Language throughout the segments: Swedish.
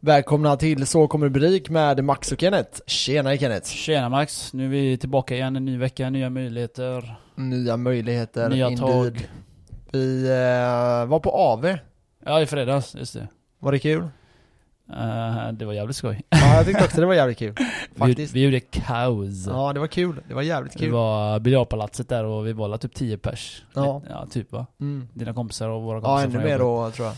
Välkomna till Så kommer du bli rik med Max och Kenneth. Tjenare Kenneth! Tjena Max, nu är vi tillbaka igen, en ny vecka, nya möjligheter, Nya möjligheter, nya indeed. tag. Vi eh, var på AV. Ja, i fredags, just det. Var det kul? Eh, det var jävligt skoj. Ja, jag tyckte också det var jävligt kul. Vi, Faktiskt. vi gjorde kaos. Ja, det var kul. Det var jävligt Vi kul. var biljardpalatset där och vi var alla typ 10 pers. Ja. typ va? Mm. Dina kompisar och våra kompisar Ja, ännu från mer jobbet. då tror jag.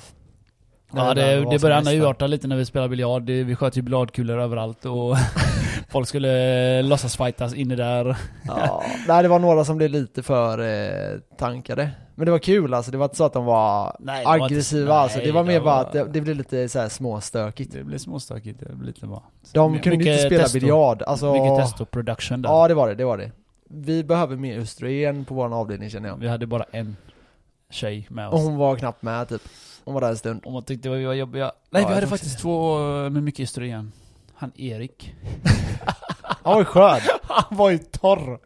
Ja, det, var det som började mest där. urarta lite när vi spelade biljard. Det- Vi sköt ju biljardkulor överallt och folk skulle låtsasfightas inne där. Ja, nej, det var några som blev lite för eh, tankade. Men det var kul alltså, det var inte så att de var Nej, aggressiva alltså. Det var mer bara att det, det, det blev lite så här småstökigt. det blev småstökigt. Det blev lite bara... De kunde Mycket inte spela testo. biljard. Alltså, Mycket testo production där. Ja det var det, det var det. Vi behöver mer östrogen på vår avdelning känner jag. Vi hade bara en tjej med Och oss. hon var knappt med typ. Hon var där en stund. Om man tyckte vi var jobbiga. Ja, Nej, jag vi hade tror faktiskt två eh, med mycket östrogen. Han Erik. Han var skön. Han var ju torr!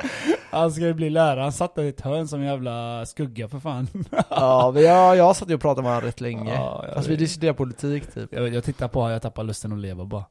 Han ska ju bli lärare, han satt där i ett hörn som en jävla skugga för fan. ja, men jag, jag satt ju och pratade med honom rätt länge. Ja, jag alltså vi vet. diskuterade politik typ. Jag, jag tittar på honom, jag tappar lusten att leva bara.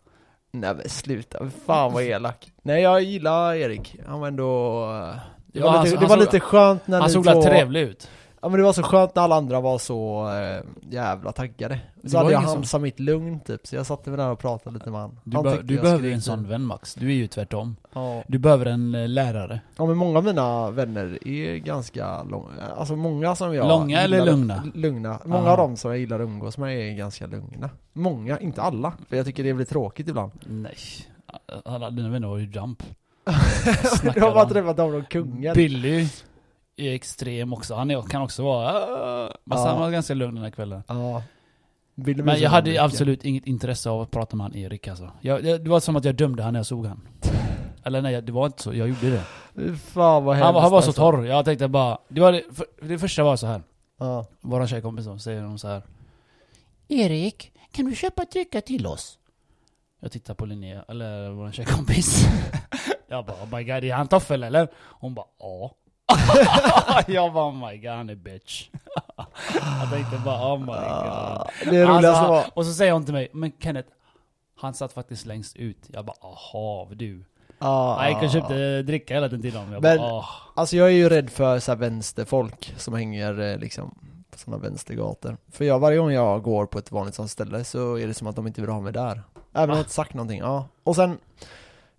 Nej men sluta, fan vad elak. Nej jag gillar Erik, han var ändå... eh, Det var, Ja, han lite, så- det han var såg- lite skönt när Han ni såg väl två- trevlig ut? Ja men det var så skönt när alla andra var så eh, jävla taggade. Det Så var hade jag ingen sån- hamsat mitt lugn typ, så jag satte mig där och pratade lite med honom. Du, han be- tyckte du jag behöver skrek ju en sån lite. vän Max, du är ju tvärtom. Ja. Du behöver en eh, lärare. Ja men många av mina vänner är ganska långa, alltså många som jag Långa eller gillar- lugna? Lugna, många Aha. av dem som jag gillar att umgås med är ganska lugna Många, inte alla, för jag tycker det blir tråkigt ibland Nej. Alla dina vänner var ju jump. Jag har bara träffat dem från kungen Billy är extrem också, han är, kan också vara... "Ah", Fast Ja. han var ganska lugn den här kvällen. Ja Billy Men Mason jag hade ju Ulrika. absolut inget intresse av att prata med han Erik alltså. jag, jag, Det var som att jag dömde han när jag såg han. Eller nej, det var inte så. Jag gjorde det. Fy Fan vad hemskt Han, var- han var så alltså. torr. Jag tänkte bara... Det, var det, för, det första var så här. Oh Ja, Våra tjejkompis då, säger de så här. Erik, kan du köpa dricka till oss? Jag tittar på Linnea, eller vår tjejkompis. jag bara oh my god, är han toffel eller? Hon bara ja. jag bara oh my god, han är bitch. jag tänkte bara oh my god. Ah, det är roligaste Alltså, var, Och så säger hon till mig, men Kenneth, han satt faktiskt längst ut. Jag bara, aha du. ja, Jag gick och köpte dricka hela tiden till dem. Jag Men- bara, ah. Alltså jag är ju rädd för så här vänsterfolk som hänger eh, liksom på sådana vänstergator. För jag, varje gång jag går på ett vanligt sånt ställe så är det som att de inte vill ha mig där. Även om Ah. jag inte sagt någonting, ja. Och sen,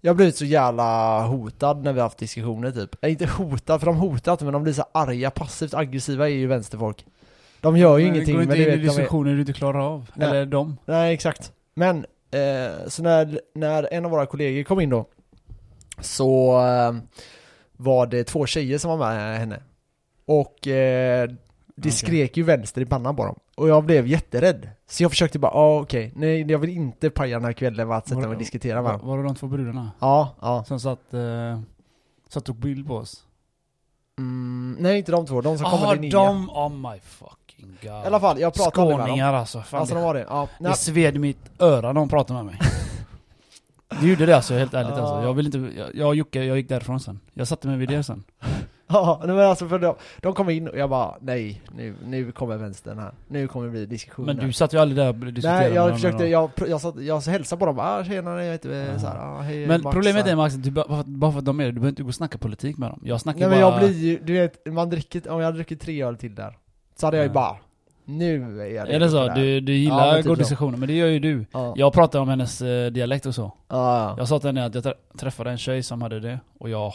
jag har blivit så jävla hotad när vi har haft diskussioner typ. Äh, inte hotad, för de hotar inte men de blir så arga, passivt aggressiva är ju vänsterfolk. De gör ju ingenting Gå men inte du in i vet, de är... diskussioner du inte klarar av. Nej. Eller dem. Nej exakt. Men, eh, så när, när en av våra kollegor kom in då Så eh, var det två tjejer som var med henne Och eh, det Okej. skrek ju vänster i pannan på dem Och jag blev jätterädd Så jag försökte bara, ah, okej, nej jag vill inte paja den här kvällen med att sätta mig och diskutera med Var, dem var det de två brudarna? Ja, ja Som satt, eh, satt och tog bild på oss? mm, Nej inte de två, de som Ah, kommer in de... de, oh my fucking god. I alla fall, jag pratade aldrig med dem Skåningar alltså. Fan, Alltså det, de var det, ja det sved i mitt öra när de pratade med mig. Det gjorde det alltså, helt ärligt Ja. alltså. Jag vill inte, jag, jag och Jocke, jag gick därifrån sen. Jag satte mig vid det sen. Ja, nej, men alltså för de, de kom in och jag bara nej, nu, nu kommer vänstern här. Nu kommer det bli diskussioner. Men du satt ju aldrig där och diskuterade Nej, med jag honom försökte, då. jag, pr- jag, satt, jag hälsade på dem bara ah, tjenare, jag heter Ja. ja. såhär, ah, hej Men Max", problemet så här. är Max, att du, bara, bara för att- bara för att de är det, du behöver inte gå och snacka politik med dem. Jag snackar Nej bara... men jag blir ju, du vet, man dricker, om jag hade druckit tre öl till där Så hade jag ju Ja. bara, nu är jag Är det redo så? för här." Du, du Ja, gillar men typ goda så. diskussioner, men det gör ju du. Ja, ja, Jag pratar om hennes eh, dialekt och så. ja. Jag sa till henne att jag trä- träffade en tjej som hade det, och jag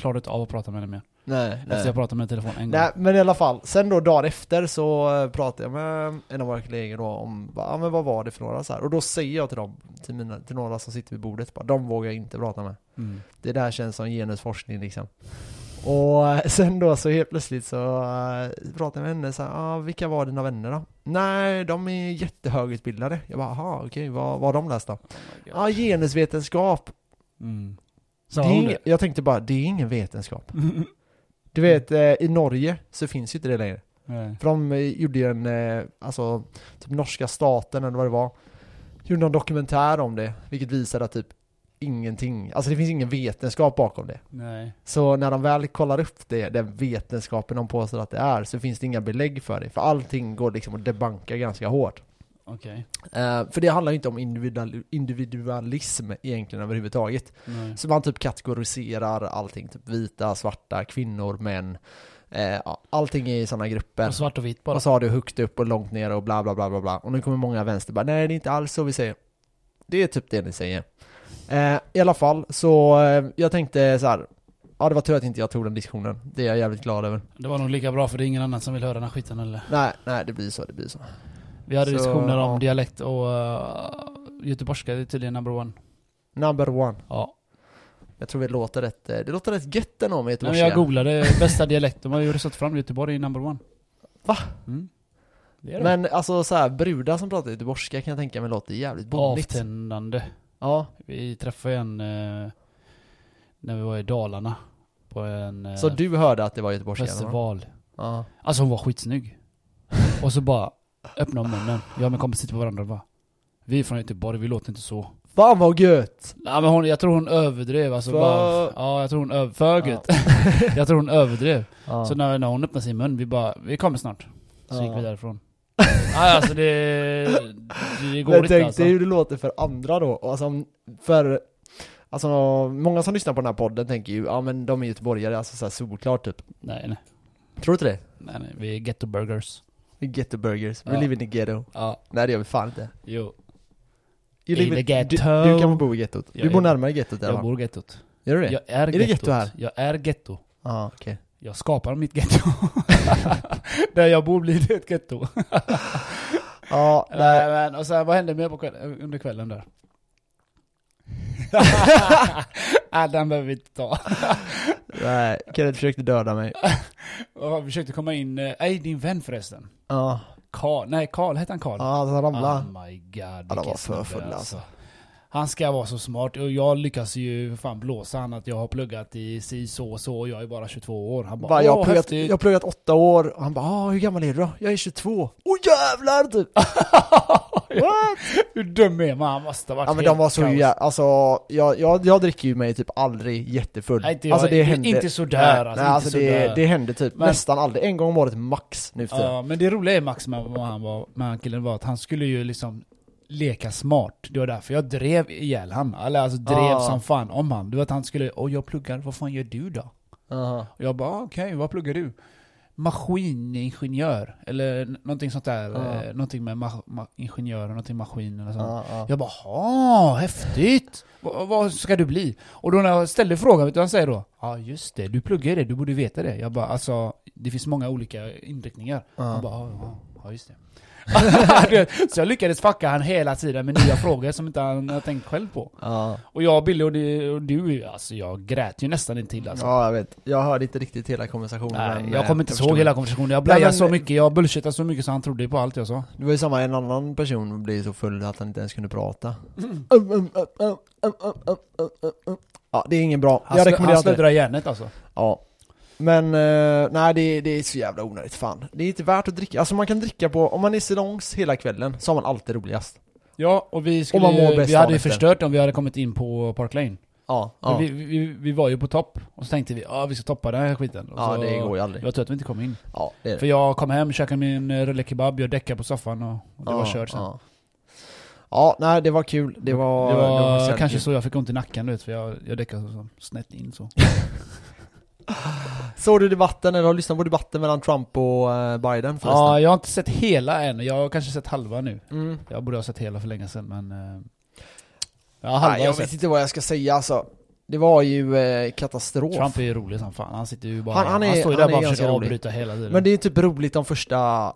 klarade inte av att prata med henne mer. nej, Efter nej. jag pratade med henne i telefon en gång. Nej men i alla fall, sen då dagen efter så eh, pratade jag med en av våra kollegor då om, bara, ah, men vad var det för några så här. Och då säger jag till dem, till, mina, till några som sitter vid bordet, bara, de vågar jag inte prata med Mm. Det där känns som genusforskning liksom. Och eh, sen då så helt plötsligt så eh, pratade jag med henne så här, ah, vilka var dina vänner då? Nej, de är jättehögutbildade. Jag bara, aha, okej, vad, vad har de läst då? Ja, ah, genusvetenskap. Mm. Det Sa är hon ingen, det? Mm. jag tänkte bara, det är ingen vetenskap. Du vet, eh, i Norge så finns ju inte det längre. Nej. För de eh, gjorde ju en, eh, alltså, typ norska staten eller vad det var. Gjorde någon dokumentär om det, vilket visade att typ ingenting, alltså det finns ingen vetenskap bakom det. Nej. Så när de väl kollar upp det, den vetenskapen de påstår att det är, så finns det inga belägg för det. För allting går liksom att debanka ganska hårt. Okej. Eh, för det handlar ju inte om individual, individualism egentligen överhuvudtaget. Nej. Så man typ kategoriserar allting, typ vita, svarta, kvinnor, män. Eh, ja, allting är i sådana grupper. Och svart och vitt bara. Och så har du högt upp och långt ner och bla bla bla bla bla. Och nu kommer många vänster bara, nej det är inte alls så vi säger. Det är typ det ni säger. Eh, I alla fall, så eh, jag tänkte så här. Ja det var tur att inte jag tog den diskussionen. Det är jag jävligt glad över. Det var nog lika bra för det är ingen annan som vill höra den här skiten eller? Nej, nej det blir så, det blir så. Vi hade Så, diskussioner om ja. dialekt och uh, göteborgska, det är tydligen number one. Number one. Ja. Jag tror det låter rätt, eh, det låter rätt gött ändå med Nej, men göteborgska. jag googlade bästa dialekt, de har ju röstat fram Göteborg i number one. Va? Mm. Det är det. Men alltså så här, brudar som pratar göteborgska kan jag tänka mig låter jävligt bonnigt. Avtändande. Ja, Vi träffade en eh, när vi var i Dalarna. På en eh, så du hörde att det var göteborgska? eller vad? festival. Ja. Alltså hon var skitsnygg. och så bara öppnade hon munnen. Jag och min kompis sitter på varandra och bara Vi är från Göteborg, vi låter inte så. Fan vad gött! Nej men hon, jag tror hon överdrev alltså För- bara, Ja jag tror hon öv, för gött. jag tror hon överdrev. Ja. Så när, när hon öppnade sin mun, vi bara Vi kommer snart. Så Ja. gick vi därifrån. Nej alltså det, det går Men inte tänk alltså. dig hur det låter för andra då, Och alltså om- för Alltså många som lyssnar på den här podden tänker ju, ja men de är göteborgare, alltså såhär solklart typ Nej, nej Tror du inte nej nej, vi är ghetto burgers. det? Ghetto burgers, we Ja. live in the ghetto Ja, Nej det gör vi fan inte jo. You In live the Du, ghetto. du kan bo i gettot, Ja, du jag bor bor- närmare gettot i alla Jag fall bor gettot. Gör du det? Ja Jag är, det gettot. getto här? Jag är getto. ah, okej Jag skapar mitt getto. Där jag bor blir det ett getto. Ja, nej Nej men, och sen vad hände mer på kvällen, under kvällen där? Nej den behöver vi inte ta. nej, Kenneth försökte döda mig Och jag försökte komma in, eh, nej din vän förresten. Ja, Karl, nej Karl, hette han Karl? ja alltså han ramlade Oh my god, ja, de var för fulla, alltså. Han ska vara så smart, och jag lyckas ju fan blåsa han att jag har pluggat i si så och så, och jag är bara 22 år. Han bara, Bara, jag, har åh pluggat, häftigt! jag har pluggat åtta år och han bara ah, hur gammal är du då? Jag är 22. Åh jävlar typ! What? Hur dum är man? Han måste ha varit Ja men helt de var så kaos. jä- alltså jag, jag, jag dricker ju mig typ aldrig jättefull. Nej, inte jag. alltså Inte- inte sådär, alltså, nej, inte alltså det, sådär. det hände typ Men- nästan aldrig, en gång om året max nu för tiden. Ja, men det roliga är Max med vad han var, med han killen var att han skulle ju liksom leka smart. Det var därför jag drev ihjäl han. Eller alltså drev Ja. som fan om han. Du vet han skulle, åh jag pluggar, vad fan gör du då? Och jag bara, ah, okej, vad pluggar du? Maskiningenjör, eller n- någonting sånt där. Ja. Eh, någonting med ma- ma- ingenjör och någonting maskin eller sånt. Ja, ja. Jag bara, ha, häftigt! Va- vad ska du bli? Och då när jag ställde frågan, vet du vad han säger då? Ja, just det, du pluggar det, du borde veta det. Jag bara, alltså, det finns många olika inriktningar. Ja. Han bara, ja, ja, ja, just det. Du vet, Så jag lyckades fucka han hela tiden med nya frågor som inte han har tänkt själv på. Ja. Och jag, Billy och du, och du alltså jag grät ju nästan intill alltså. ja jag vet, jag hörde inte riktigt hela konversationen Nej, men, jag eh, kommer inte förstår. ihåg hela konversationen. Jag Nej, blajade men- så mycket, jag bullshitade så mycket så han trodde på allt alltså. jag sa. Det var ju samma, en annan person blev så full att han inte ens kunde prata. Mm. Um, um, um, um, um, um, um, um, um. Ja det är ingen bra, Han, jag slö, rekommenderar han inte det. slödrar järnet alltså. Ja. Men eh, nej, det, det är så jävla onödigt fan. Det är inte värt att dricka. Alltså man kan dricka på, om man är salongs hela kvällen så har man alltid roligast. Ja, och vi skulle man mår ju, bäst vi hade dagen ju efter. förstört om vi hade kommit in på Park Lane. Ja, Men ja. Vi, vi, vi var ju på topp, och så tänkte vi ja vi ska toppa den här skiten. Och ja så, det går ju aldrig. Jag tror att vi inte kom in. Ja, det är För det. jag kom hem, käkade min eh, rulle kebab, jag däckade på soffan och, och det var ja, kört sen. Ja. ja, nej det var kul. Det var... det var, faktiskt kanske jävligt så jag fick ont i nacken du vet, för jag, jag däckade så, så snett in så. kul. Såg du debatten, eller har du lyssnat på debatten mellan Trump och eh, Biden förresten? Ja, jag har inte sett hela än, jag har kanske sett halva nu. Mm. Jag borde ha sett hela för länge sedan men... eh, Ja, halva har Nej, jag jag sett. vet inte vad jag ska säga alltså. Det var ju eh, katastrof. Trump är ju rolig som fan, han sitter ju bara... Han- Han, han är- står ju han är där bara och ganska försöker rolig. avbryta hela tiden. Men det är typ roligt de första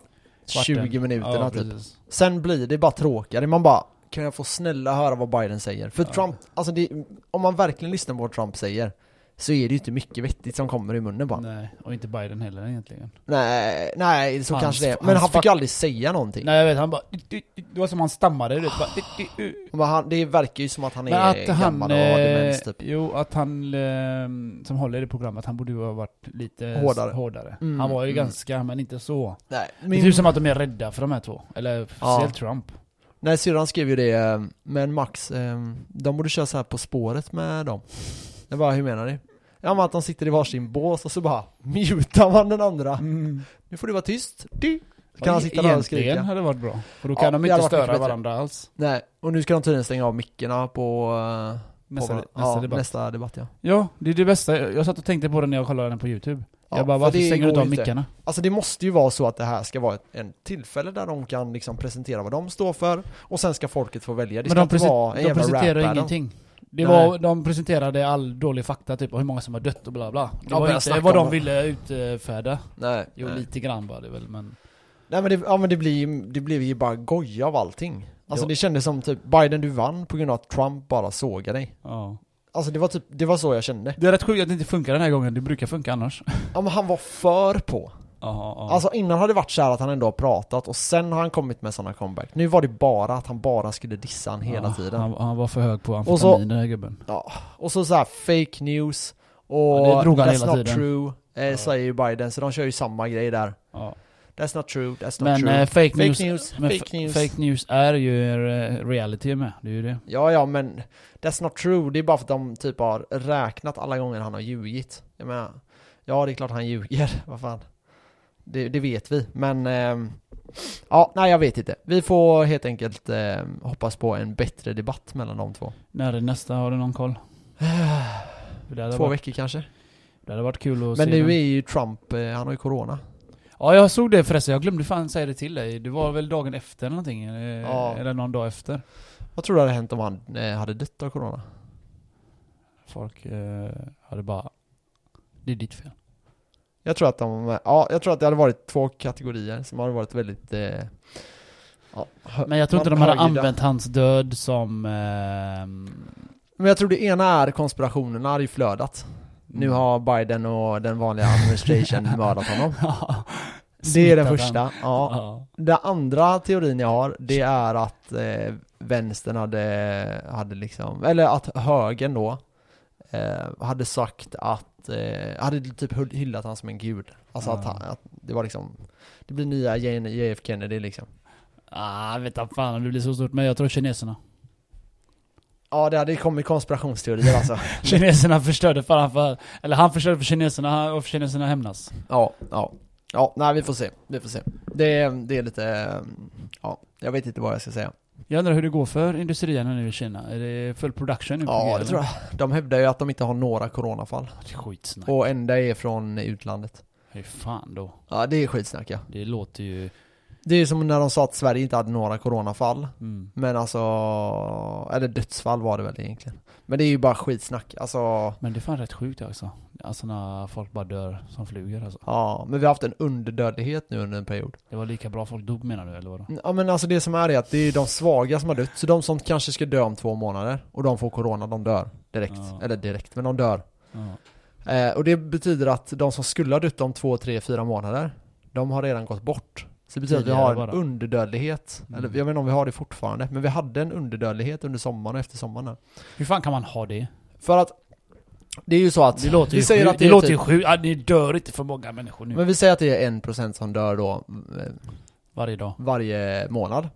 Kvarten. 20 minuterna ja, typ. precis. Sen blir det bara tråkigare, man bara Kan jag få snälla höra vad Biden säger? För Ja. Trump, alltså det, om man verkligen lyssnar på vad Trump säger Så är det ju inte mycket vettigt som kommer i munnen bara Nej, Nej, och inte Biden heller egentligen. nej, så Hans- kanske det är. Men hans han fick fuck- ju aldrig säga någonting Nej jag vet, han bara... Det var som han stammade du vet. Bara, Och bara, han, Det verkar ju som att han Men är att han... gammal och har demens eh, typ Jo, att han eh, som håller i programmet, han borde ju ha varit lite s- Hårdare. hårdare. Mm, han var ju mm. ganska, men inte så. Nej, Det är ju min, som att de är rädda för de här två. Eller speciellt Trump. nej syrran skrev ju det eh, Men Max, eh, de borde köra så här På spåret med dem Jag bara, hur menar ni? Ja men att de sitter i varsin bås och så bara mutar man den andra Nu får du vara tyst Du, Ah. Kan han sitta där och skrika? Mm. Egentligen hade det varit bra. För då Ja, kan de det hade inte varit mycket störa bättre. varandra alls. Nej, och nu ska de tydligen stänga av mickarna på... eh, Nästa, på, nästa ja, debatt. nästa debatt ja. Ja, det är det bästa. Jag satt och tänkte på det när jag kollade den på YouTube. ja jag bara, för varför det stänger du inte går av ju mickarna? Alltså det måste ju vara så att det här ska vara ett en tillfälle där de kan liksom presentera vad de står för och sen ska folket få välja. Det ska Men de, inte vara en presen- de jävla presenterar rap-battle. ingenting. Det Nej. var, de presenterade all dålig fakta, typ och hur många som har dött och bla bla. Det Ja, var börja inte snacka vad om det. de ville utfärda. Nej, Jo, nej. lite grann var det väl, men... nej men, det, ja, men det, blir, det blir ju bara goja av allting. Alltså Jo. det kändes som typ Biden du vann på grund av att Trump bara sågade dig. Ja. Alltså det var typ, det var så jag kände. Det är rätt sjukt att det inte funkar den här gången, det brukar funka annars. Ja men han var för på. Ja, ja. Alltså innan har det varit så här att han ändå har pratat och sen har han kommit med sådana comeback. Nu var det bara att han bara skulle dissa han hela Ja, tiden. Han, han var för hög på amfetamin Och så- den här gubben. Ja, och så så här fake news och Ja, det drog han that's hela not tiden. true eh, Ja. säger ju Biden, så de kör ju samma grej där. Ja. That's not true, that's not Men true. eh, fake, fake news, news, men fake f- news. fake news är ju eh, reality med, det är ju det. Ja, ja, men that's not true, det är bara för att de typ har räknat alla gånger han har ljugit. Jag menar, ja det är klart han ljuger, vad fan. Det, det vet vi, men ehm, ja, nej jag vet inte. Vi får helt enkelt eh, hoppas på en bättre debatt mellan de två. När är nästa? Har du någon koll? För Det hade, Två varit, veckor kanske. det hade varit kul Men att se nu den. är ju Trump, eh, han har ju corona. Ja, jag såg det förresten. Jag glömde fan säga det till dig. Det var väl dagen efter eller någonting? eh, Ja. Eller någon dag efter. Vad tror du hade hänt om han eh, hade dött av corona? Folk eh, hade bara... Det är ditt fel. Jag tror att de, ja, jag tror att det hade varit två kategorier som hade varit väldigt eh, ja, hö- Men jag tror inte man de hade höjda. använt hans död som... ehm, Men jag tror det ena är konspirationerna har ju flödat. Nu har Biden och den vanliga administration mördat honom. Det är smittat den han. första. Ja. Ja. Den andra teorin jag har, det är att eh, vänstern hade, hade liksom, eller att högern då, eh, hade sagt att, eh, hade typ hyll- hyllat han som en gud. Alltså att, Ja. han, att det var liksom, det blir nya J- JF Kennedy liksom. Ah, vet inte fan om det blir så stort. Men jag tror kineserna. Ja det hade kommit konspirationsteorier alltså. Kineserna förstörde för han för... Eller han förstörde för kineserna och för kineserna hämnas. ja, ja. Ja, nej vi får se. Vi får se. Det, det är lite, eh, ja, jag vet inte vad jag ska säga. Jag undrar hur det går för industrierna nu i Kina. Är det full production nu? på G, Ja, det eller? tror jag. De hävdar ju att de inte har några coronafall. Det är Skitsnack. Och enda är från utlandet. Hur fan då? Ja, det är skitsnack ja. Det låter ju... Det är som när de sa att Sverige inte hade några coronafall. Mm. Men alltså, eller dödsfall var det väl egentligen. Men det är ju bara skitsnack. Alltså, Men det är fan rätt sjukt alltså. Alltså när folk bara dör som flugor alltså. ja, men vi har haft en underdödlighet nu under en period. Det var lika bra folk dog menar du eller vadå? Ja men alltså det som är är att det är de svaga som har dött, så de som kanske ska dö om två månader och de får corona, de dör direkt. Ja. Eller direkt, men de dör. Ja. Eh, och det betyder att de som skulle ha dött om två, tre, fyra månader, de har redan gått bort. Så det betyder att vi Tidigare har en bara. underdödlighet, Mm. eller jag vet inte om vi har det fortfarande, men vi hade en underdödlighet under sommaren och efter sommaren. här. Hur fan kan man ha det? För att det är ju så att, Det låter ju vi säger sjukt. att Det, det, är låter ju typ, sjukt. Ja, ni dör inte för många människor nu. men vi säger att det är en procent som dör då eh, Varje dag. Mm. varje månad.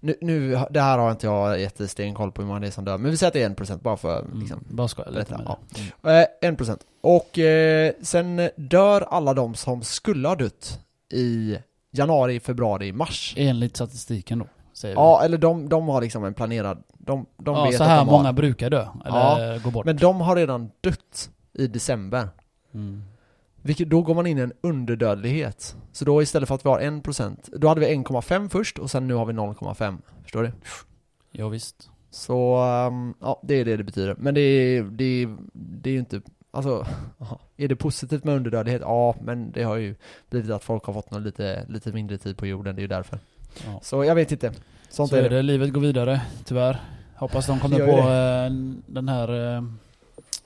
Nu, nu, det här har inte jag jättesten koll på hur många det är som dör, men vi säger att det är 1% bara för Mm. liksom. Bara skoja lite Berätta, med ja. det. Mm. Eh, 1%. Och eh, sen dör alla de som skulle ha dött i januari, februari, mars. Enligt statistiken då. Säger vi. Ja, eller de, de har liksom en planerad, de, de ja vet så här att de många har, brukar dö. Eller gå bort. men de har redan dött i december. Mm. Vilket, då går man in i en underdödlighet. Så då istället för att vi har 1%, då hade vi 1,5 först och sen nu har vi 0,5. Förstår du? Ja, visst. Så ehm, ja, det är det det betyder. Men det är, det är, det är ju inte, alltså, ja, är det positivt med underdödlighet? Ja, men det har ju blivit att folk har fått någon lite, lite mindre tid på jorden, det är ju därför. Ja. Så jag vet inte. Sånt så är är det. det. Livet går vidare, tyvärr. Hoppas de kommer Gör på ju eh, den här eh,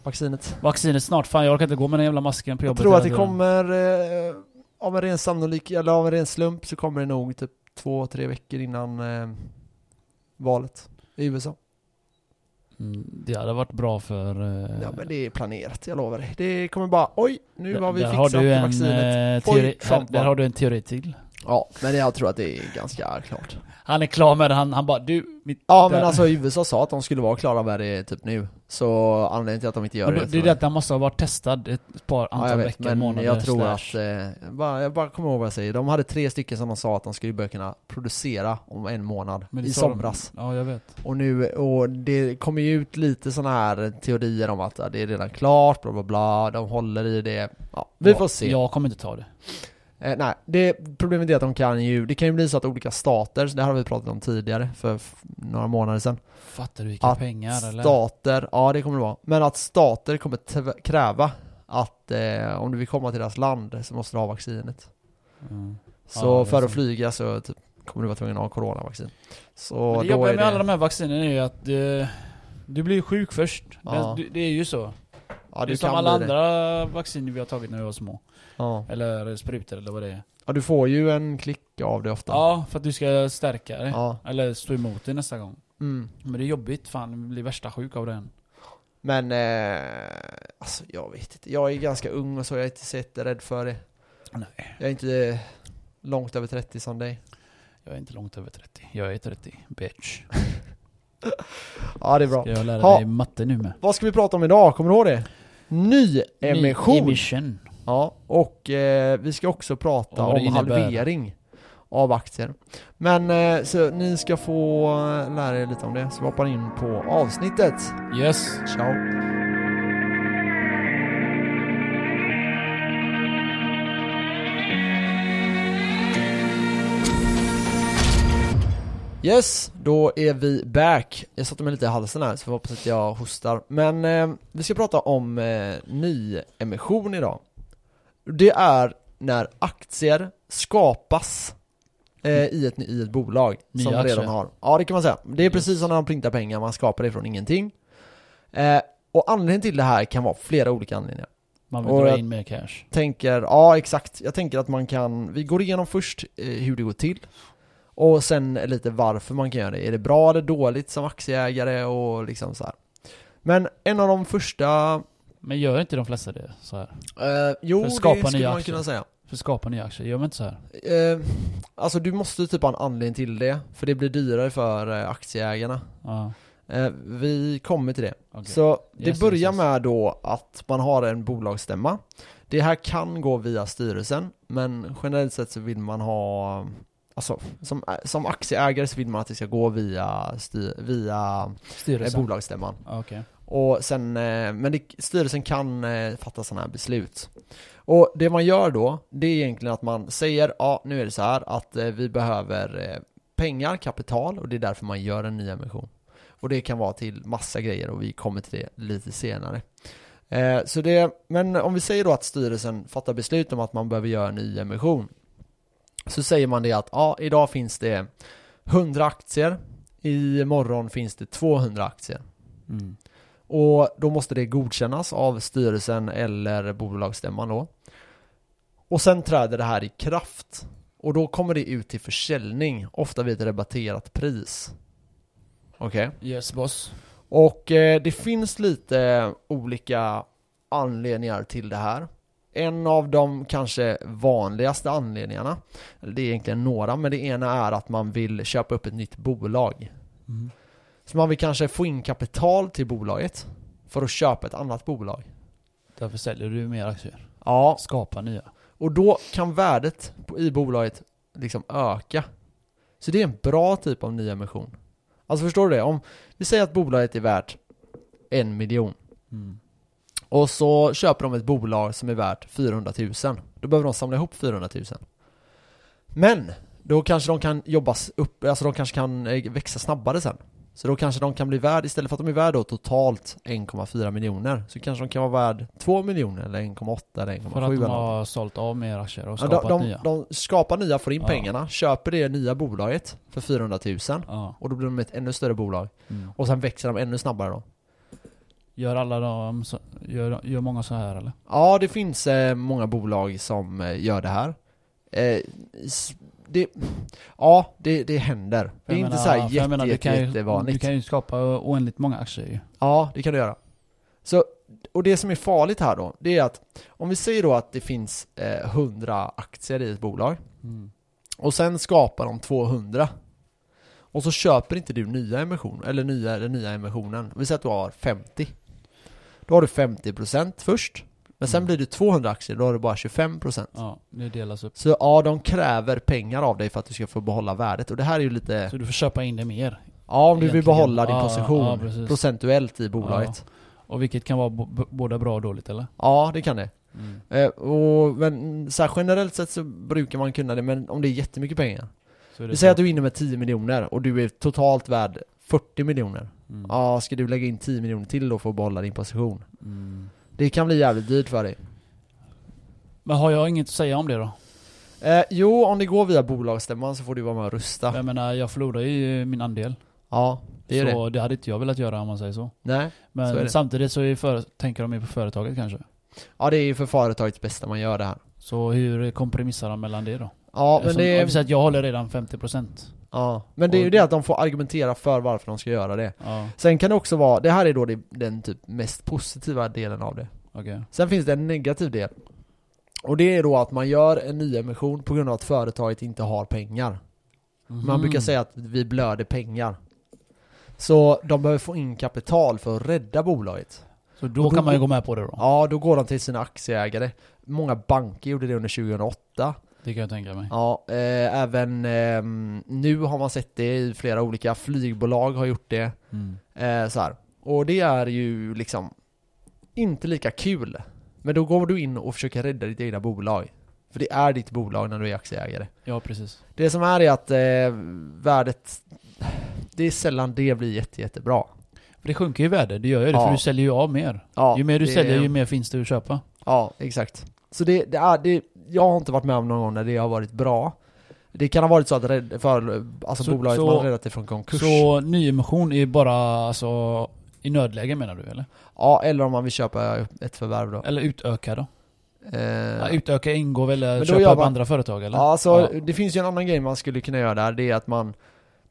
Vaccinet. vaccinet snart. Fan jag orkar inte gå med den jävla masken på Jag jobbet tror hela att det tiden. kommer, eh, om en ren sannolik, eller av en ren slump så kommer det nog typ två, tre veckor innan eh, valet i USA. Mm, det hade varit bra för... eh, Ja men det är planerat, jag lovar dig. Det kommer bara, oj, nu där- har vi där fixat du en, vaccinet. eh, Oj, teori, Trump där, där vann. har du en teori till. Ja, men jag tror att det är ganska klart. Han är klar med det, han, han bara du, mitt, Ja, där. men alltså USA sa att de skulle vara klara med det typ nu. Så anledningen till att de inte gör Men det. då- det är det att han måste ha varit testad ett par antal Ja, jag vet, veckor, men månader. jag tror slash. att, eh, jag bara, jag bara kommer ihåg vad jag säger. De hade tre stycken som de sa att de skulle börja kunna producera om en månad, Men det i sa de- somras. Ja, jag vet. Och nu, och det kommer ju ut lite sådana här teorier om att ja, det är redan klart, bla bla bla, de håller i det. Ja, vi Ja, får se. Jag kommer inte ta det. Eh, nej, det, problemet är att de kan ju, det kan ju bli så att olika stater, det här har vi pratat om tidigare för f- några månader sedan. Fattar du vilka Att pengar eller? Stater, ja det kommer det vara. Men att stater kommer tv- kräva att eh, om du vill komma till deras land så måste du ha vaccinet. Mm. Så Ja, det är för att sant. flyga så typ, kommer du vara tvungen att ha coronavaccin. Men Så det då jobbiga är med alla det, de här vaccinerna är ju att eh, du blir sjuk först. Ja. Det, det är ju så. ja, det du är som kan alla bli det. andra vacciner vi har tagit när vi var små. Ja. Eller sprutor eller vad det är. ja, du får ju en klick av det ofta. Ja, för att du ska stärka dig. Ja. Eller stå emot det nästa gång. Mm. Men det är jobbigt, fan. Du blir värsta sjuk av den. Men, eh, alltså jag vet inte. Jag är ganska ung och så, jag är inte så rädd för det. Nej. Jag är inte eh, långt över 30 som dig. Jag är inte långt över 30. Jag är 30, bitch. Ja, det är bra. Ska jag lära Ha. dig matte nu med? Vad ska vi prata om idag? Kommer du ihåg det? Nyemission! Emission. Ja, och eh, vi ska också prata Och vad det om innebär. halvering av aktier. Men eh, så ni ska få eh, lära er lite om det, så vi hoppar in på avsnittet. Yes. Ciao! Yes, då är vi back. Jag satte mig lite i halsen här så jag hoppas att jag hostar. Men eh, vi ska prata om eh, nyemission idag. Det är när aktier skapas eh, i, ett, i ett bolag Mm. Nya som aktier. redan har. Ja, det kan man säga. Det är Yes. precis som när man printar pengar, man skapar det från ingenting. Eh, och anledningen till det här kan vara flera olika anledningar. Man vill Och dra jag- in mer cash. Tänker, ja exakt, jag tänker att man kan, vi går igenom först eh, hur det går till. Och sen lite varför man kan göra det. Är det bra eller dåligt som aktieägare och liksom så här. Men en av de första, Men gör inte de flesta det så här? eh, jo För det att skapa skulle nya man aktier. kunna säga. För att skapa nya aktier, gör man inte så här? Eh, alltså du måste typ ha en anledning till det, för det blir dyrare för eh, aktieägarna. Ja. Eh, vi kommer till det. okej. Så det Yes, börjar yes, yes. med då att man har en bolagsstämma. Det här kan gå via styrelsen, men generellt sett så vill man ha, alltså som, som aktieägare så vill man att det ska gå via, styr, via eh, Styrelsen? bolagsstämman. Ja, Okej. Och sen, eh, men det, styrelsen kan eh, fatta sådana här beslut. Och det man gör då, det är egentligen att man säger, ja nu är det så här att eh, vi behöver eh, pengar, kapital och det är därför man gör en ny emission. Och det kan vara till massa grejer och vi kommer till det lite senare. Eh, så det, men om vi säger då att styrelsen fattar beslut om att man behöver göra en ny emission. Så säger man det att, ja idag finns det 100 aktier, imorgon finns det 200 aktier. Mm. Och då måste det godkännas av styrelsen eller bolagsstämman då. Och sen träder det här i kraft. Och då kommer det ut till försäljning, ofta vid ett rabatterat pris. Okej. Yes boss. Och eh, det finns lite olika anledningar till det här. En av de kanske vanligaste anledningarna, eller det är egentligen några, men det ena är att man vill köpa upp ett nytt bolag. Mm. Så man vill kanske få in kapital till bolaget för att köpa ett annat bolag. Därför säljer du mer aktier. Ja, Skapa nya. och då kan värdet på- i bolaget liksom öka. Så det är en bra typ av nyemission. Alltså förstår du det? Om vi säger att bolaget är värt en miljon Mm. och så köper de ett bolag som är värt 400 000. Då behöver de samla ihop 400 000. Men då kanske de kan jobbas upp, alltså de kanske kan eh, växa snabbare sen. Så då kanske de kan bli värd, istället för att de är värd då totalt 1,4 miljoner, så kanske de kan vara värd 2 miljoner eller 1,8 eller 1,7 För att eller de något. har sålt av mer aktier och Ja, skapat de, nya. de, de skapar nya, får in Ja. pengarna, köper det nya bolaget för 400 000 Ja. och då blir de ett ännu större bolag. Mm. Och sen växer de ännu snabbare då. Gör alla de, så, gör, gör många så här eller? Ja, det finns eh, många bolag som eh, gör det här. Eh, s- det, ja, det, det händer. Det är Jag inte menar- så här för jag jätte, menar, du kan ju- Du jättevanligt. kan ju skapa oändligt många aktier ju. Ja, det kan du göra. Så, och det som är farligt här då, det är att om vi säger då att det finns eh, 100 aktier i ett bolag Och sen skapar de 200 Och så köper inte du nya emissioner, eller nya, den nya emissionen Vi säger att du har 50 Då har du 50% först Men sen Mm. blir det 200 aktier, då har du bara 25% Ja, det delas upp. Så ja, de kräver pengar av dig för att du ska få behålla värdet Och det här är ju lite Så du får köpa in det mer. Ja, om du vill Egentligen. behålla din Ja, position ja, precis. procentuellt i bolaget Och vilket kan vara bo- b- både bra och dåligt eller? Ja, det kan det Eh, och, men så här, generellt sett så brukar man kunna det, men om det är jättemycket pengar. Så är det Vi säger så. att du är inne med 10 miljoner och du är totalt värd 40 miljoner. Mm. Ja, ska du lägga in 10 miljoner till då för att behålla din position? Mm. Det kan bli jävligt dyrt för dig. Men har jag inget att säga om det då? Eh, jo, om det går via bolagsstämman så får du vara med och rösta. Jag menar, jag förlorar ju min andel. Ja, det är så det. det. hade inte jag velat göra om man säger så. Nej. Men Så är det. samtidigt så är före- tänker de ju på företaget kanske. Ja, det är ju för företagets bästa man gör det här. Så hur kompromissar de mellan det då? Ja, men Eftersom- det, Vi säger att jag håller redan 50%. ja. men det är ju det att de får argumentera för varför de ska göra det. Ja, Sen kan det också vara, det här är då det, den typ mest positiva delen av det. okej. Sen finns det en negativ del. Och det är då att man gör en nyemission på grund av att företaget inte har pengar. Man Mhm. brukar säga att vi blöder pengar. Så de behöver få in kapital för att rädda bolaget. Så då, Och då- kan man ju gå med på det då. Ja, då går de till sina aktieägare. Många banker gjorde det under 2008. Det kan jag tänka mig. Ja, eh, även ehm, nu har man sett det i flera olika flygbolag har gjort det. Mm. Eh, så här. Och det är ju liksom inte lika kul. Men då går du in och försöker rädda ditt egna bolag. För det är ditt bolag när du är aktieägare. Ja, precis. Det som är är att eh, värdet, det är sällan det blir jätte, jättebra. För det sjunker ju värde, det gör ju det. Ja. För du säljer ju av mer. Ja, ju mer du det- säljer, ju mer finns det att köpa. Ja, exakt. Så det, det är, det, jag har inte varit med om någon gång när det har varit bra. Det kan ha varit så att rädd, för, alltså Så- bolaget så- man har räddat det från konkurs. Så nyemission är bara alltså i nödläge menar du eller? Ja, eller om man vill köpa ett förvärv då. Eller utöka då? Eh, Ja, utöka ingår väl då att köpa gör upp man- andra företag eller? Ja, alltså, Ja. det finns ju en annan grej man skulle kunna göra där, det är att man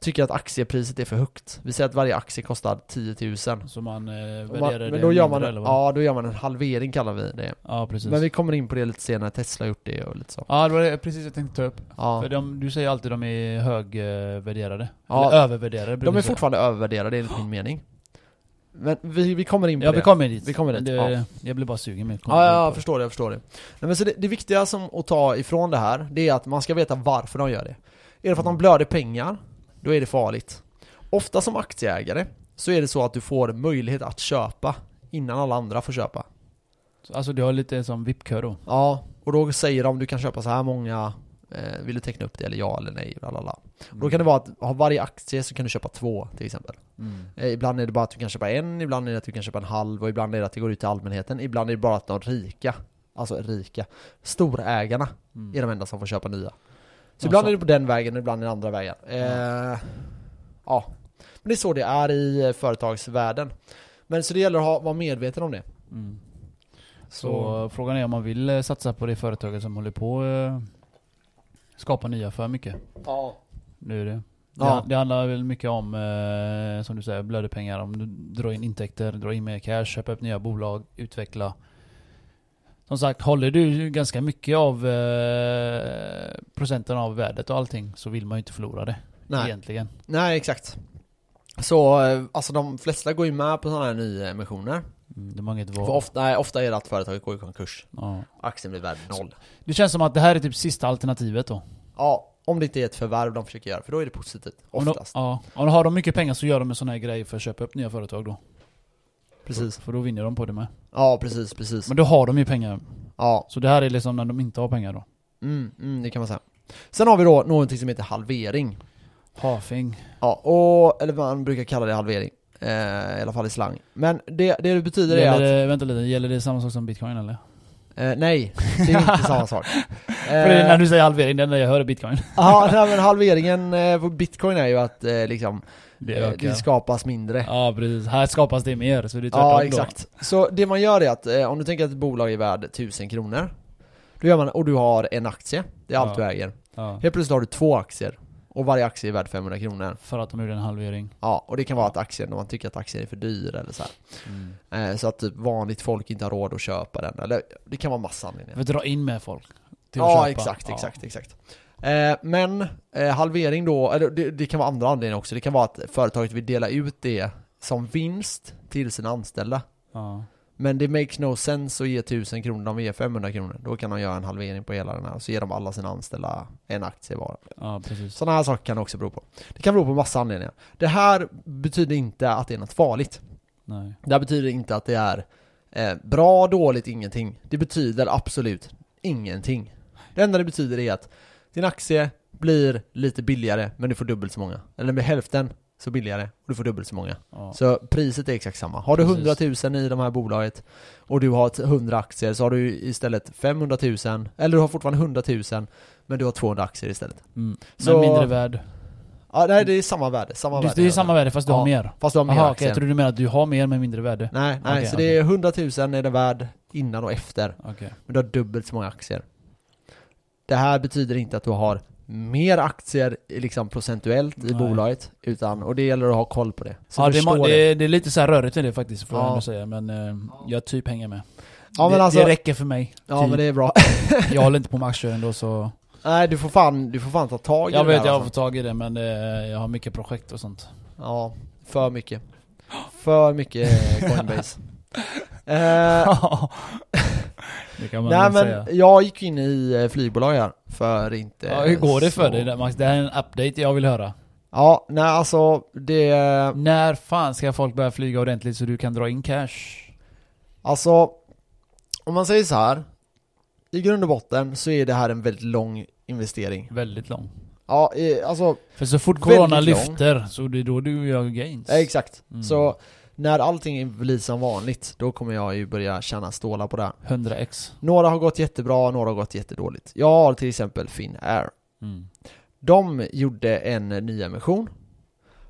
tycker att aktiepriset är för högt. Vi säger att varje aktie kostar 10 000. Så man eh, Och värderar Man, det men då gör, mindre, man, eller vad? ja, då gör man en halvering kallar vi det. ja, precis. Men vi kommer in på det lite senare, Tesla har gjort det och lite så. Ja, det var det precis jag tänkte ta upp. För Ja. de, du säger alltid de är högvärderade. Ja. Eller övervärderade brukar De är jag säga. fortfarande övervärderade enligt min mening. Men vi, vi kommer in på Ja, det. vi kommer dit. Vi kommer dit, Men Det, ja. Jag blir bara sugen med att komma Ja, in på ja, jag det. förstår det, jag förstår det. Nej, men så det, det viktiga som att ta ifrån det här, det är att man ska veta varför de gör det. Är det för att de blöder pengar, då är det farligt. Ofta som aktieägare så är det så att du får möjlighet att köpa innan alla andra får köpa. Alltså du har lite som VIP-kö då. Ja, och då säger de du kan köpa så här många, eh, vill du teckna upp det eller ja eller nej? Lalala. Och då kan det vara att av varje aktie så kan du köpa två till exempel. Mm. Eh, Ibland är det bara att du kan köpa en, ibland är det att du kan köpa en halv och ibland är det att det går ut till allmänheten. Ibland är det bara att de rika, alltså rika, storägarna Mm. är de enda som får köpa nya. Så Ja, ibland så. är det på den vägen och ibland är det andra vägen. Eh, ja, men det är så det är i eh, företagsvärlden. Men så det gäller att ha, vara medveten om det. Mm. Så, Så, frågan är om man vill eh, satsa på det företaget som håller på eh, skapa nya för mycket. ja. Nu är det. Det, Ja. det handlar väl mycket om, eh, som du säger, blödepengar. Om du drar in intäkter, drar in mer cash, köpa upp nya bolag, utveckla. Som sagt, håller du ganska mycket av eh, procenten av värdet och allting så vill man ju inte förlora det Nej. egentligen. Nej, exakt. Så eh, alltså de flesta går ju med på sådana här nyemissioner. Mm, det, är många inte För var. ofta, nej, ofta är det att företaget går i konkurs. ja. Aktien blir värd noll. det känns som att det här är typ sista alternativet då. Ja, om det inte är ett förvärv de försöker göra, för då är det positivt. Om de, Oftast. ja, om de har de mycket pengar så gör de en sån här grej för att köpa upp nya företag då. Precis. För då vinner de på det med. Ja, precis, precis. Men då har de ju pengar. Ja, Så det här är liksom när de inte har pengar då. mm, mm, det kan man säga. Sen har vi då någonting som heter halvering. Hafing. Ja, och, eller man brukar kalla det halvering. Eh, I alla fall i slang. Men det det, det betyder är Gäller att... det, vänta lite, gäller det samma sak som bitcoin eller? Eh, nej, det är inte samma sak. För det är när Eh, du säger halvering, det enda jag hör är bitcoin. Ja, nej, men halveringen eh, på bitcoin är ju att eh, liksom, Det eh, ökar. det skapas mindre. Ja precis, här skapas det mer så det är tvärtom Ja, då. exakt. Så det man gör är att eh, om du tänker att ett bolag är värd 1000 kronor, då gör man, och du har en aktie, det är allt Ja. du äger. Ja. Helt plötsligt har du två aktier och varje aktie är värd 500 kronor. För att de gjorde en halvering. Ja, och det kan vara att aktien, om man tycker att aktien är för dyr eller så här. Eh, Så att typ vanligt folk inte har råd att köpa den. Eller det kan vara massa För anledningar. att dra in mer folk. till att Ja, köpa. exakt, Ja. exakt, exakt. Eh, men eh, halvering då, eller det, det kan vara andra anledningar också. Det kan vara att företaget vill dela ut det som vinst till sina anställda. Ja. Men det makes no sense att ge 1000 kronor, de ger 500 kronor. Då kan de göra en halvering på hela den här, så ger de alla sina anställda en aktie var. ja, precis. Sådana här saker kan det också bero på. Det kan bero på massa anledningar. Det här betyder inte att det är något farligt. Nej. Det här betyder inte att det är eh, bra, dåligt, ingenting. Det betyder absolut ingenting. Det enda det betyder är att din aktie blir lite billigare, men du får dubbelt så många. Eller den blir hälften så billigare, och du får dubbelt så många. Ja. Så priset är exakt samma. Har du Precis. 100 000 i de här bolaget och du har 100 aktier så har du istället 500 000, eller du har fortfarande 100 000 men du har 200 aktier istället. Mm. Så- Men mindre värd. Ja, nej, det är samma värde. Samma Du, värde det är samma värde fast du Ja. har mer. Fast du har mer Jaha, okej, aktier. jag trodde du menade att du har mer men mindre värde. Nej, nej Okej, så okej. det är 100 000 är den värd innan och efter. Okej. Men du har dubbelt så många aktier. Det här betyder inte att du har mer aktier i liksom procentuellt i Nej. bolaget. Utan, och det gäller att ha koll på det. Så Ja, det, är förstå ma- det, är- det är lite så här rörigt i det faktiskt, får Ja. jag ändå säga. Men eh, jag typ hänger med. Ja, men det, alltså- det räcker för mig. Ja men det är bra. Typ. Jag håller inte på med aktier ändå så... nej du får fan, du får fan ta tag i Jag det vet, där, jag har alltså. fått tag i det men eh, jag har mycket projekt och sånt. Ja, för mycket. För mycket eh, Coinbase. eh, det kan man nej väl men säga. jag gick in i eh, flygbolag här för inte... Ja, hur går det för så- dig där, Max? Det här är en update jag vill höra. Ja, nej alltså det... När fan ska folk börja flyga ordentligt så du kan dra in cash? Alltså, om man säger så här. I grund och botten så är det här en väldigt lång investering. Väldigt lång. Ja, eh, alltså För så fort Väldigt corona lång. lyfter så det är då du gör gains. eh, exakt. Mm. Så när allting blir som vanligt, då kommer jag ju börja tjäna stålar på det här. 100x. Några har gått jättebra, några har gått jättedåligt. Jag har till exempel Finnair. Mm. De gjorde en nyemission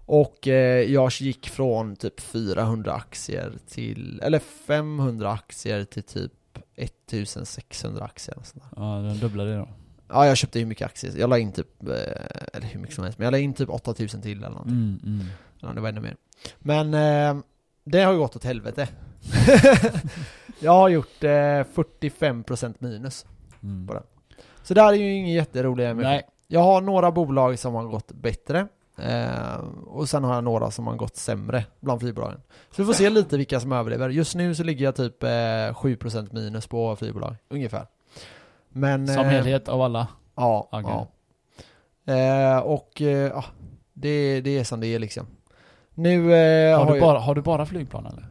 och eh, jag gick från typ 400 aktier till, eller 500 aktier till typ 1600 aktier. eller sånt där. Ja, den dubblade det då. Ja, jag köpte hur mycket aktier, jag la in typ, eh, eller hur mycket som helst, men jag la in typ 8000 till eller någonting. Mm, mm. Ja, det var ännu mer. Men eh, det har ju gått åt helvete. jag har gjort eh, 45% minus. Mm. Bara. Så det här är ju ingen jätterolig emission. Nej. Jag har några bolag som har gått bättre eh, och sen har jag några som har gått sämre bland flygbolagen. Så vi får se lite vilka som överlever. Just nu så ligger jag typ eh, 7% minus på flygbolag, ungefär. Men, Som eh, helhet av alla. Ja. Okej. ja. Eh, och eh, ja, det, det är som det är liksom. Nu eh, Har du, jag- bara, har du bara flygplan eller?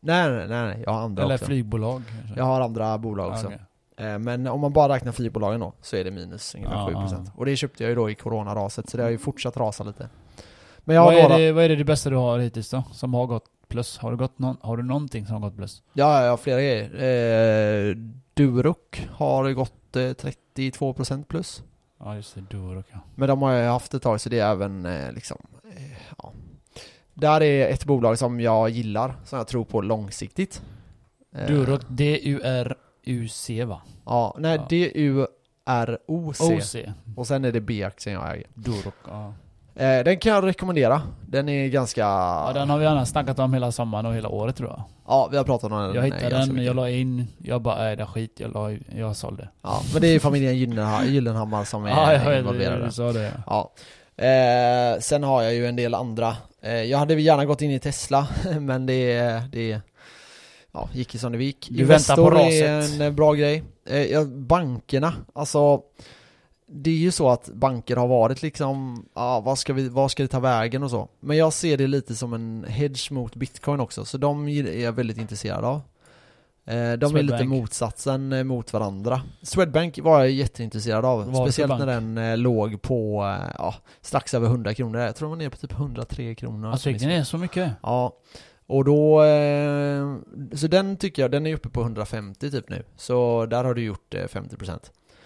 Nej, nej, nej, nej, jag har andra Eller också. flygbolag? kanske? Jag har andra bolag Ja, också. okej. Eh, Men om man bara räknar flygbolagen då, så är det minus ungefär Ja, 7%. ja. Mm. Och det köpte jag ju då i coronaraset, så det har ju fortsatt rasa lite. Men jag har vad, är några, det, vad är det det bästa du har hittills då? Som har gått plus? Har du, gått någon, har du någonting som har gått plus? ja, jag har flera grejer. Eh, Durok har gått eh, 32% plus. Ja just det, Duroc ja. Men de har jag haft ett tag, så det är även eh, liksom, eh, ja. Där är ett bolag som jag gillar, som jag tror på långsiktigt. Eh, Duroc, D-U-R-U-C va? Ja, nej, Ja. D-U-R-O-C. OC. Och sen är det B-aktien jag äger. Duroc, ja. Eh, den kan jag rekommendera. Den är ganska... ja. Den har vi annars snackat om hela sommaren och hela året tror jag. Ja, vi har pratat om den. Jag hittade eh, ganska den, mycket. jag la in, jag bara äh, det är skit, jag, la, jag sålde. Ja, men det är ju familjen Gyllenha- Gyllenhammar som är Ja, jag vet, involverade. du sa det. Ja. Eh, sen har jag ju en del andra. Eh, jag hade väl gärna gått in i Tesla, men det, det ja, gick ju som det gick. Du väntar är på raset. en eh, bra grej. Eh, ja, bankerna, alltså det är ju så att banker har varit liksom, ah, vad, ska vi, vad ska det ta vägen och så. Men jag ser det lite som en hedge mot bitcoin också, så de är jag väldigt intresserad av. Eh, De är lite Swedbank. motsatsen eh, mot varandra. Swedbank var jag jätteintresserad av, Vad för speciellt bank? när den eh, låg på eh, ja, strax över 100 kronor. Jag tror den var nere på typ 103 kronor. Alltså gick den ner så mycket? Ja. Och då, eh, så den tycker jag, den är uppe på 150 typ nu. Så där har du gjort eh, 50%.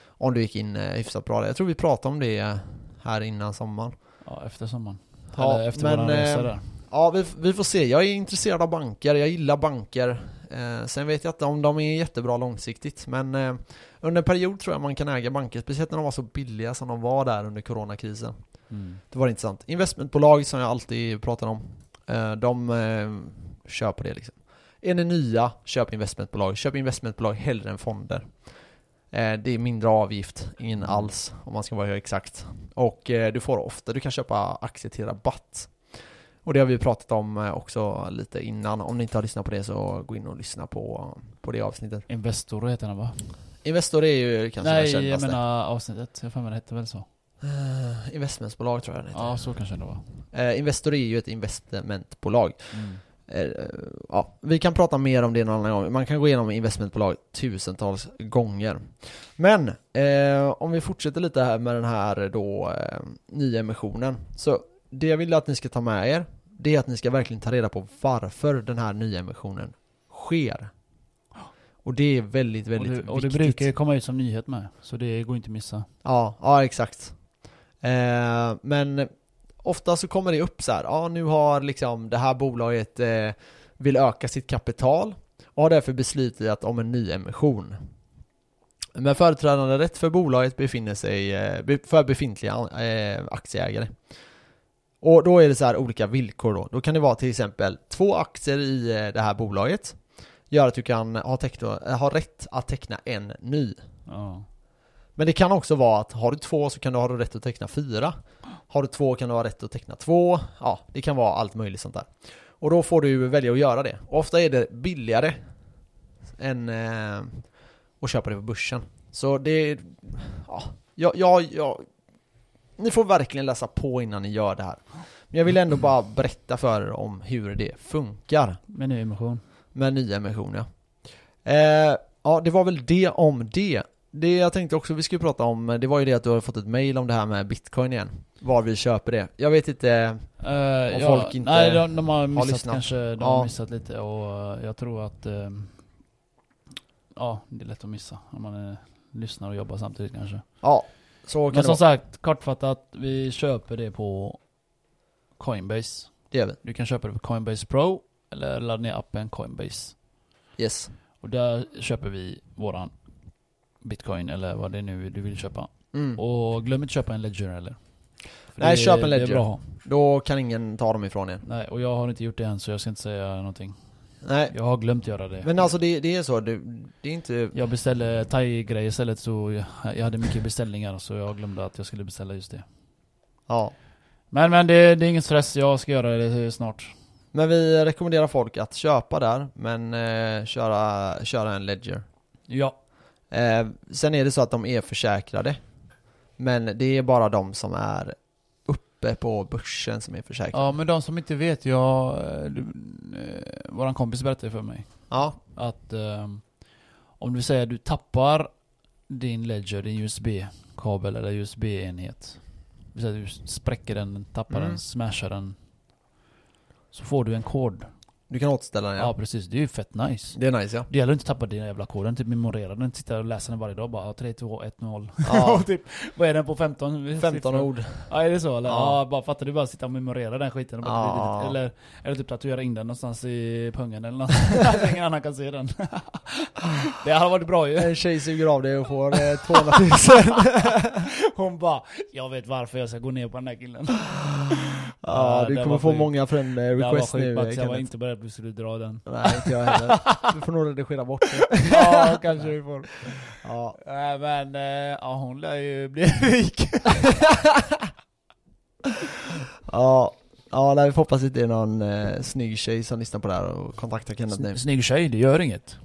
Om du gick in eh, hyfsat bra där. Jag tror vi pratade om det eh, här innan sommaren. Ja, efter sommaren. Ja, Eller efter men, våran resa eh, där. Ja, vi, vi får se. Jag är intresserad av banker, jag gillar banker. Eh, sen vet jag inte om de är jättebra långsiktigt, men eh, under en period tror jag man kan äga banker, speciellt när de var så billiga som de var där under coronakrisen. Mm. Det var intressant. Investmentbolag som jag alltid pratar om, eh, de eh, kör på det liksom. Är ni nya, köp investmentbolag. Köp investmentbolag hellre än fonder. Eh, det är mindre avgift, ingen Mm. alls om man ska vara exakt. Och eh, du får ofta, du kan köpa aktier till rabatt. Och det har vi pratat om eh, också lite innan. Om ni inte har lyssnat på det så gå in och lyssna på, på det avsnittet. Investor heter den va? Investor är ju kanske den Nej, jag kändaste. menar avsnittet. Jag har för mig det hette väl så? Eh, investmentsbolag tror jag den heter. Ja, så kanske det var. Eh, Investor är ju ett investmentbolag. Mm. Eh, ja, vi kan prata mer om det någon annan gång. Man kan gå igenom investmentbolag tusentals gånger. Men eh, om vi fortsätter lite här med den här då eh, nyemissionen. Så det jag vill att ni ska ta med er, det är att ni ska verkligen ta reda på varför den här nyemissionen sker. Och det är väldigt, väldigt och det, och det viktigt. brukar ju komma ut som nyhet med, så det går inte att missa. Ja, ja exakt. Eh, men ofta så kommer det upp så här, ja nu har liksom det här bolaget eh, vill öka sitt kapital och har därför beslutat om en ny emission. Men företrädanderätt för bolaget befinner sig eh, be- för befintliga eh, aktieägare. Och då är det så här olika villkor då. Då kan det vara till exempel två aktier i eh, det här bolaget gör att du kan ha, teckna, ha rätt att teckna en ny. Ja. Men det kan också vara att har du två så kan du ha rätt att teckna fyra. Har du två kan du ha rätt att teckna två. Ja, det kan vara allt möjligt sånt där. Och då får du välja att göra det. Och ofta är det billigare än eh, att köpa det på börsen. Så det, ja, ja, ja, ja. Ni får verkligen läsa på innan ni gör det här. Men jag vill ändå bara berätta för er om hur det funkar Med ny emission. med nyemission ja. Eh, ja, det var väl det om det. Det jag tänkte också vi skulle prata om, det var ju det att du har fått ett mail om det här med bitcoin igen. Var vi köper det. Jag vet inte, Uh, Och ja, folk inte nej, de, de har missat lyssnat. kanske, de Ja. har missat lite och eh, jag tror att eh, Ja, det är lätt att missa om man eh, lyssnar och jobbar samtidigt kanske. ja. Så kan Men det vara. som sagt, kortfattat, vi köper det på Coinbase. Det gör vi. Du kan köpa det på Coinbase Pro eller ladda ner appen Coinbase. Yes. Och där köper vi våran Bitcoin eller vad det är nu du vill köpa. Mm. Och glöm inte köpa en Ledger eller? För Nej, det- köp en Det är Ledger. bra att ha. Då kan ingen ta dem ifrån er. Nej, och jag har inte gjort det än så jag ska inte säga någonting. Nej. Jag har glömt göra det. Men alltså det, det är så, det, det är inte... Jag beställde thai-grejer istället så jag, jag hade mycket beställningar så jag glömde att jag skulle beställa just det. Ja. Men men det, det är ingen stress, jag ska göra det snart. Men vi rekommenderar folk att köpa där, men eh, köra, köra en ledger. Ja. Eh, sen är det så att de är försäkrade. Men det är bara de som är uppe på börsen som är försäkrade. Ja men de som inte vet, jag... eh, Du, eh, våran kompis berättade för mig. Ja, att ehm, om du säger att du tappar din ledger, din USB-kabel eller USB-enhet. Vi säger att du spräcker den, tappar Mm. den, smashar den. Så får du en kod. du kan återställa den Ja. ja. precis, det är ju fett nice. Det är nice ja. Det gäller att inte tappa den jävla koden, typ memorera den, sitta och läsa den varje dag bara 3, 2, 1, 0. ja Och typ, vad är den på 15? 15 ord. Ja är det så eller? Ja. Ja, bara fattar du bara sitta och memorera den skiten och bara, Ja. eller, eller typ tatuera in den någonstans i pungen eller något. så ingen annan kan se den. det hade varit bra ju. En tjej suger av dig och får eh, 200 000. Hon bara, jag vet varför jag ska gå ner på den här killen. ja, Ja, du det kommer var få sjukt. många friend eh, Det var requests nu sjukt eh, faktiskt, jag var Kenneth. inte beredd på att du skulle dra den. Nej, inte jag heller. Du får nog redigera bort det. ja, kanske vi får. Ja. Nej men, eh, ja hon lär ju bli rik. Ja. Ja, nej, vi får hoppas att det är någon eh, snygg tjej som lyssnar på det här och kontaktar Kenneth nu. Snygg tjej, det gör inget.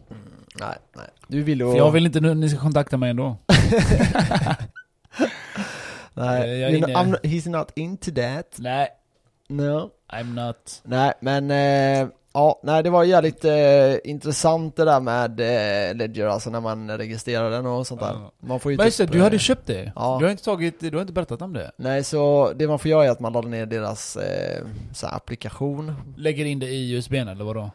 Nej, nej. Du vill ju... För jag vill inte nu, ni ska kontakta mig ändå. Nej, Eh, jag är you know, inne. I'm, not- he's not into that. Nej, No. I'm not. Nej men, eh, ja, nej det var jävligt eh, intressant det där med eh, Ledger, alltså när man registrerar den och sånt där. Ja. Man får ju Men just det, du hade eh, köpt det? ja. Du har inte tagit, du har inte berättat om det? Nej så det man får göra är att man laddar ner deras eh, så här applikation, Lägger in det i USBn eller vadå?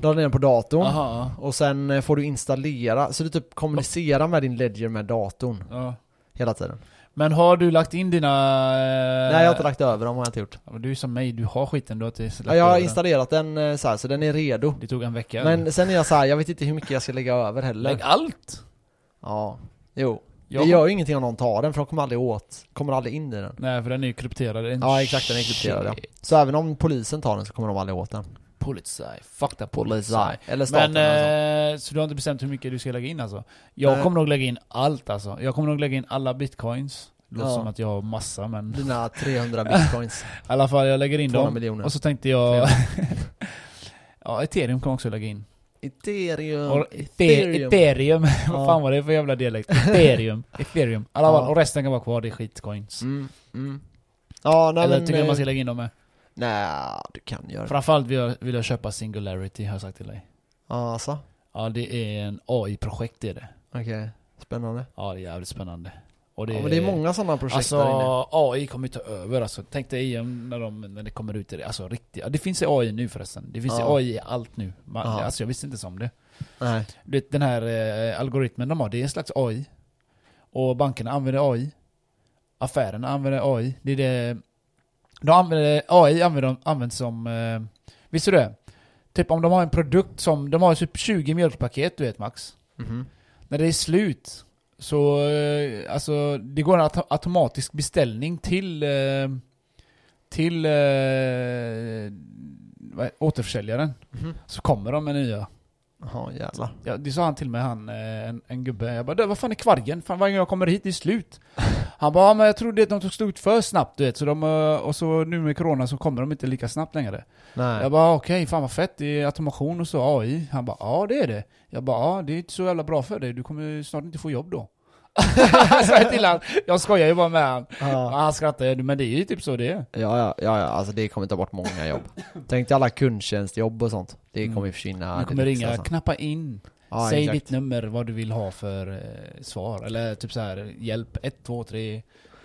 laddar ner den på datorn Aha, och sen eh, får du installera, så du typ kommunicerar med din Ledger med datorn ja. hela tiden. Men har du lagt in dina... eh, Nej jag har inte lagt över dem har jag inte gjort. Ja, men Du är som mig, du har skiten, du har inte Ja, jag släppt har över den. installerat den eh, så här så den är redo. Det tog en vecka. Men sen är jag så här, jag vet inte hur mycket jag ska lägga över heller. Lägg allt! Ja, jo. Jag- Det gör ju ingenting om någon tar den för de kommer aldrig åt, kommer aldrig in i den. Nej för den är ju krypterad. En Ja exakt, den är krypterad ja. Mm, shit. Så även om polisen tar den så kommer de aldrig åt den. Polizei. Fuck that Polizei. Polizei. Eller staten Men, alltså. eh, så du har inte bestämt hur mycket du ska lägga in alltså? Jag Nej. kommer nog lägga in allt alltså. Jag kommer nog lägga in alla bitcoins. Det låter Ja. som att jag har massa men... I Dina 300 bitcoins, alla fall, jag lägger in 200 dem. miljoner. Och så tänkte jag... ja, ethereum kommer jag också lägga in. Ethereum, Och ethereum. ethereum. Ja. Vad fan var det för jävla dialekt? Ethereum. ethereum. Alla Ja. fall, och resten kan vara kvar, det är skitcoins. Mm, mm. Ja, nej Eller men... tycker du eh, man ska lägga in dem med? Nej, du kan göra det. Framförallt vill jag, vill jag köpa singularity, har jag sagt till dig. Ja, Alltså, Ja, det är en AI-projekt det är det. okej. Spännande. Ja, det är jävligt spännande. Och ja, men det är många sådana projekt där inne. Alltså AI kommer ju ta över alltså. Tänk dig om när, de, när det kommer ut i det. Alltså riktigt. Ja, Det finns ju AI nu förresten. Det finns ju Ja. AI i allt nu. Man, Ja. Alltså jag visste inte ens om det. Nej. Du vet, Den här eh, algoritmen de har, det är en slags AI. Och bankerna använder AI. Affärerna använder AI. Det är det... De använder, AI använder de, används som... Eh, visste du det? Typ om de har en produkt som... De har typ 20 mjölkpaket du vet Max Mhm. när det är slut så, eh, alltså det går en auto- automatisk beställning till, eh, till eh, vad- återförsäljaren. Mhm. Så kommer de med nya. Jaha, jävlar. Ja, det sa han till mig, han, eh, en, en gubbe. Jag bara, "Du, vad fan är kvargen? Fan varje gång jag kommer hit, det är slut. Han bara, "Ja, men jag trodde att de tog slut för snabbt du vet. Så de, eh, och så nu med corona så kommer de inte lika snabbt längre. Nej. Jag bara okej, fan vad fett, det är automation och så AI. Han bara ja det är det. Jag bara ja, det är inte så jävla bra för dig, du kommer snart inte få jobb då. Sa jag till han. Jag skojar ju bara med han. Ja. Han skrattar men det är ju typ så det är. Ja, ja, ja, ja, alltså det kommer ta bort många jobb. Tänk dig alla kundtjänstjobb och sånt. Det kommer Mm. försvinna. du kommer direkt, ringa, alltså. knappa in, Ja, säg exakt. ditt nummer, vad du vill ha för eh, svar. Eller typ så här hjälp, 1, 2, 3.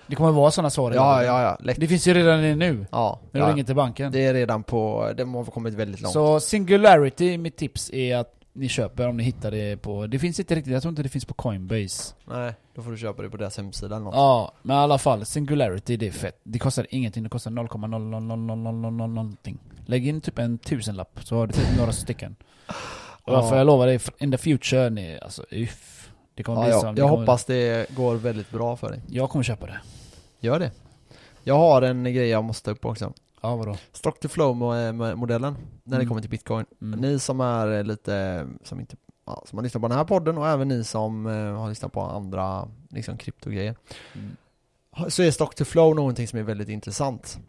Det kommer vara sådana svar. hela Ja, tiden. ja, ja. Lätt. Det finns ju redan nu, när Ja, du ja. ringer till banken. Det är redan på, de har kommit väldigt långt. Så singularity, mitt tips är att ni köper om ni hittar det på, det finns inte riktigt, jag tror inte det finns på Coinbase. Nej, då får du köpa det på deras hemsida eller något. Ja, men i alla fall, singularity det är fett. Det kostar ingenting, det kostar 0,00000 någonting. Lägg in typ en tusenlapp så har du typ några stycken. Ja. Och varför jag lovar dig, in the future, ni, alltså uff. Det kommer Ja, bli ja, som, det jag kommer, hoppas det går väldigt bra för dig. Jag kommer köpa det. Gör det. Jag har en grej jag måste ta upp också. Ja, vadå? Stock to flow-modellen, när det Mm. kommer till bitcoin. Mm. Ni som är eh, lite, som inte, ja, som har lyssnat på den här podden och även ni som eh, har lyssnat på andra, liksom kryptogrejer. Mm. Så är stock to flow någonting som är väldigt intressant.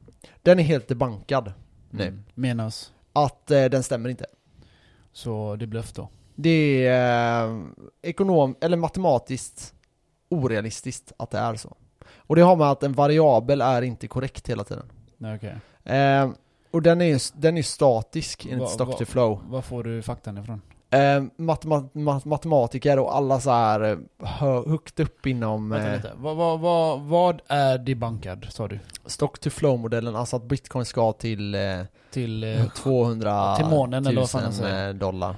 Den är helt debankad. Nej. Mm. Menas. Att eh, den stämmer inte. Så det är bluff då. Det är eh, ekonom, eller matematiskt orealistiskt att det är så. Och det har med att en variabel är inte korrekt hela tiden. Nej, okej. Eh, och den är ju den är ju statisk Va- enligt stock va- to flow. Var får du faktan ifrån? Eh, matema- mat- matematiker och alla så här eh, hö- högt upp inom Vänta eh, lite. Vad, vad, vad, vad är debankad, sa du? stock to flow modellen, alltså att bitcoin ska till eh, Till... Eh, 200 till månen eller vad fan han 000, säger. eh, dollar.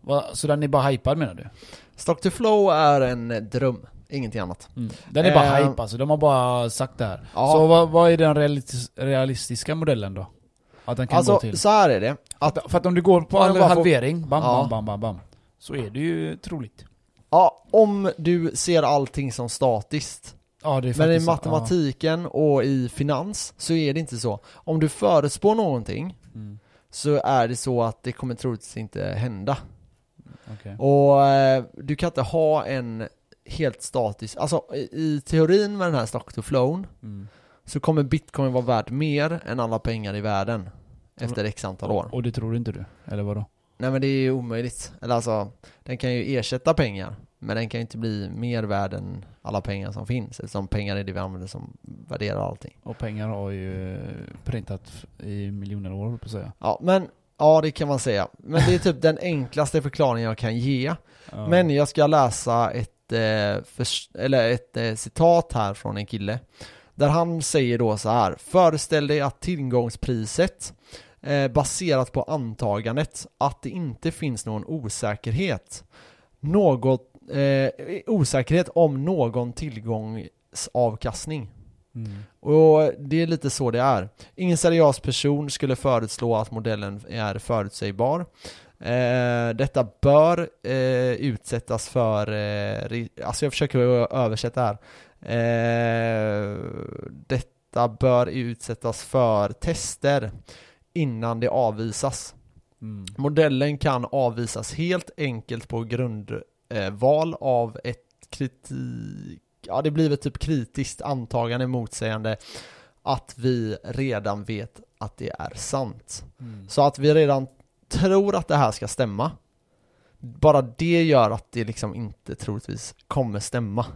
vad, så den är bara hypad menar du? Stock to flow är en eh, dröm, ingenting annat. Mm. Den är bara Eh, hype alltså, de har bara sagt det här. Ja. Så vad, vad är den realis- realistiska modellen då? Att den kan gå Alltså till? så här är det, att För att om du går på Eller en bara få- halvering, bam, Ja. bam, bam, bam, bam. Så är det ju troligt. Ja, om du ser allting som statiskt. Ja, det är Men i faktiskt så. matematiken och i finans så är det inte så. Om du förespår någonting Ja. Mm. så är det så att det kommer troligtvis inte hända. okej. Och eh, du kan inte ha en helt statisk, alltså i, i teorin med den här stock to flown Mm. så kommer bitcoin vara värt mer än alla pengar i världen efter x antal år. Och det tror inte du? Eller vadå? Nej men det är ju omöjligt. Eller alltså, den kan ju ersätta pengar. Men den kan ju inte bli mer värd än alla pengar som finns. Eftersom pengar är det vi använder som värderar allting. Och pengar har ju eh, printat f- i miljoner år, höll jag på att säga. Ja, men ja det kan man säga. Men det är typ den enklaste förklaringen jag kan ge. Ja. Men jag ska läsa ett, eh, förs- eller ett eh, citat här från en kille. Där han säger då så här. Föreställ dig att tillgångspriset eh, baserat på antagandet att det inte finns någon osäkerhet. Något, eh, osäkerhet om någon tillgångsavkastning. Mm. Och det är lite så det är. Ingen seriös person skulle föreslå att modellen är förutsägbar. Eh, detta bör eh, utsättas för, eh, ri- alltså jag försöker ö- översätta här. Eh, detta bör utsättas för tester innan det avvisas. Mm. Modellen kan avvisas helt enkelt på grundval av ett kritik... Ja, det blir väl typ kritiskt antagande motsägande att vi redan vet att det är sant. Mm. Så att vi redan tror att det här ska stämma. Bara det gör att det liksom inte troligtvis kommer stämma.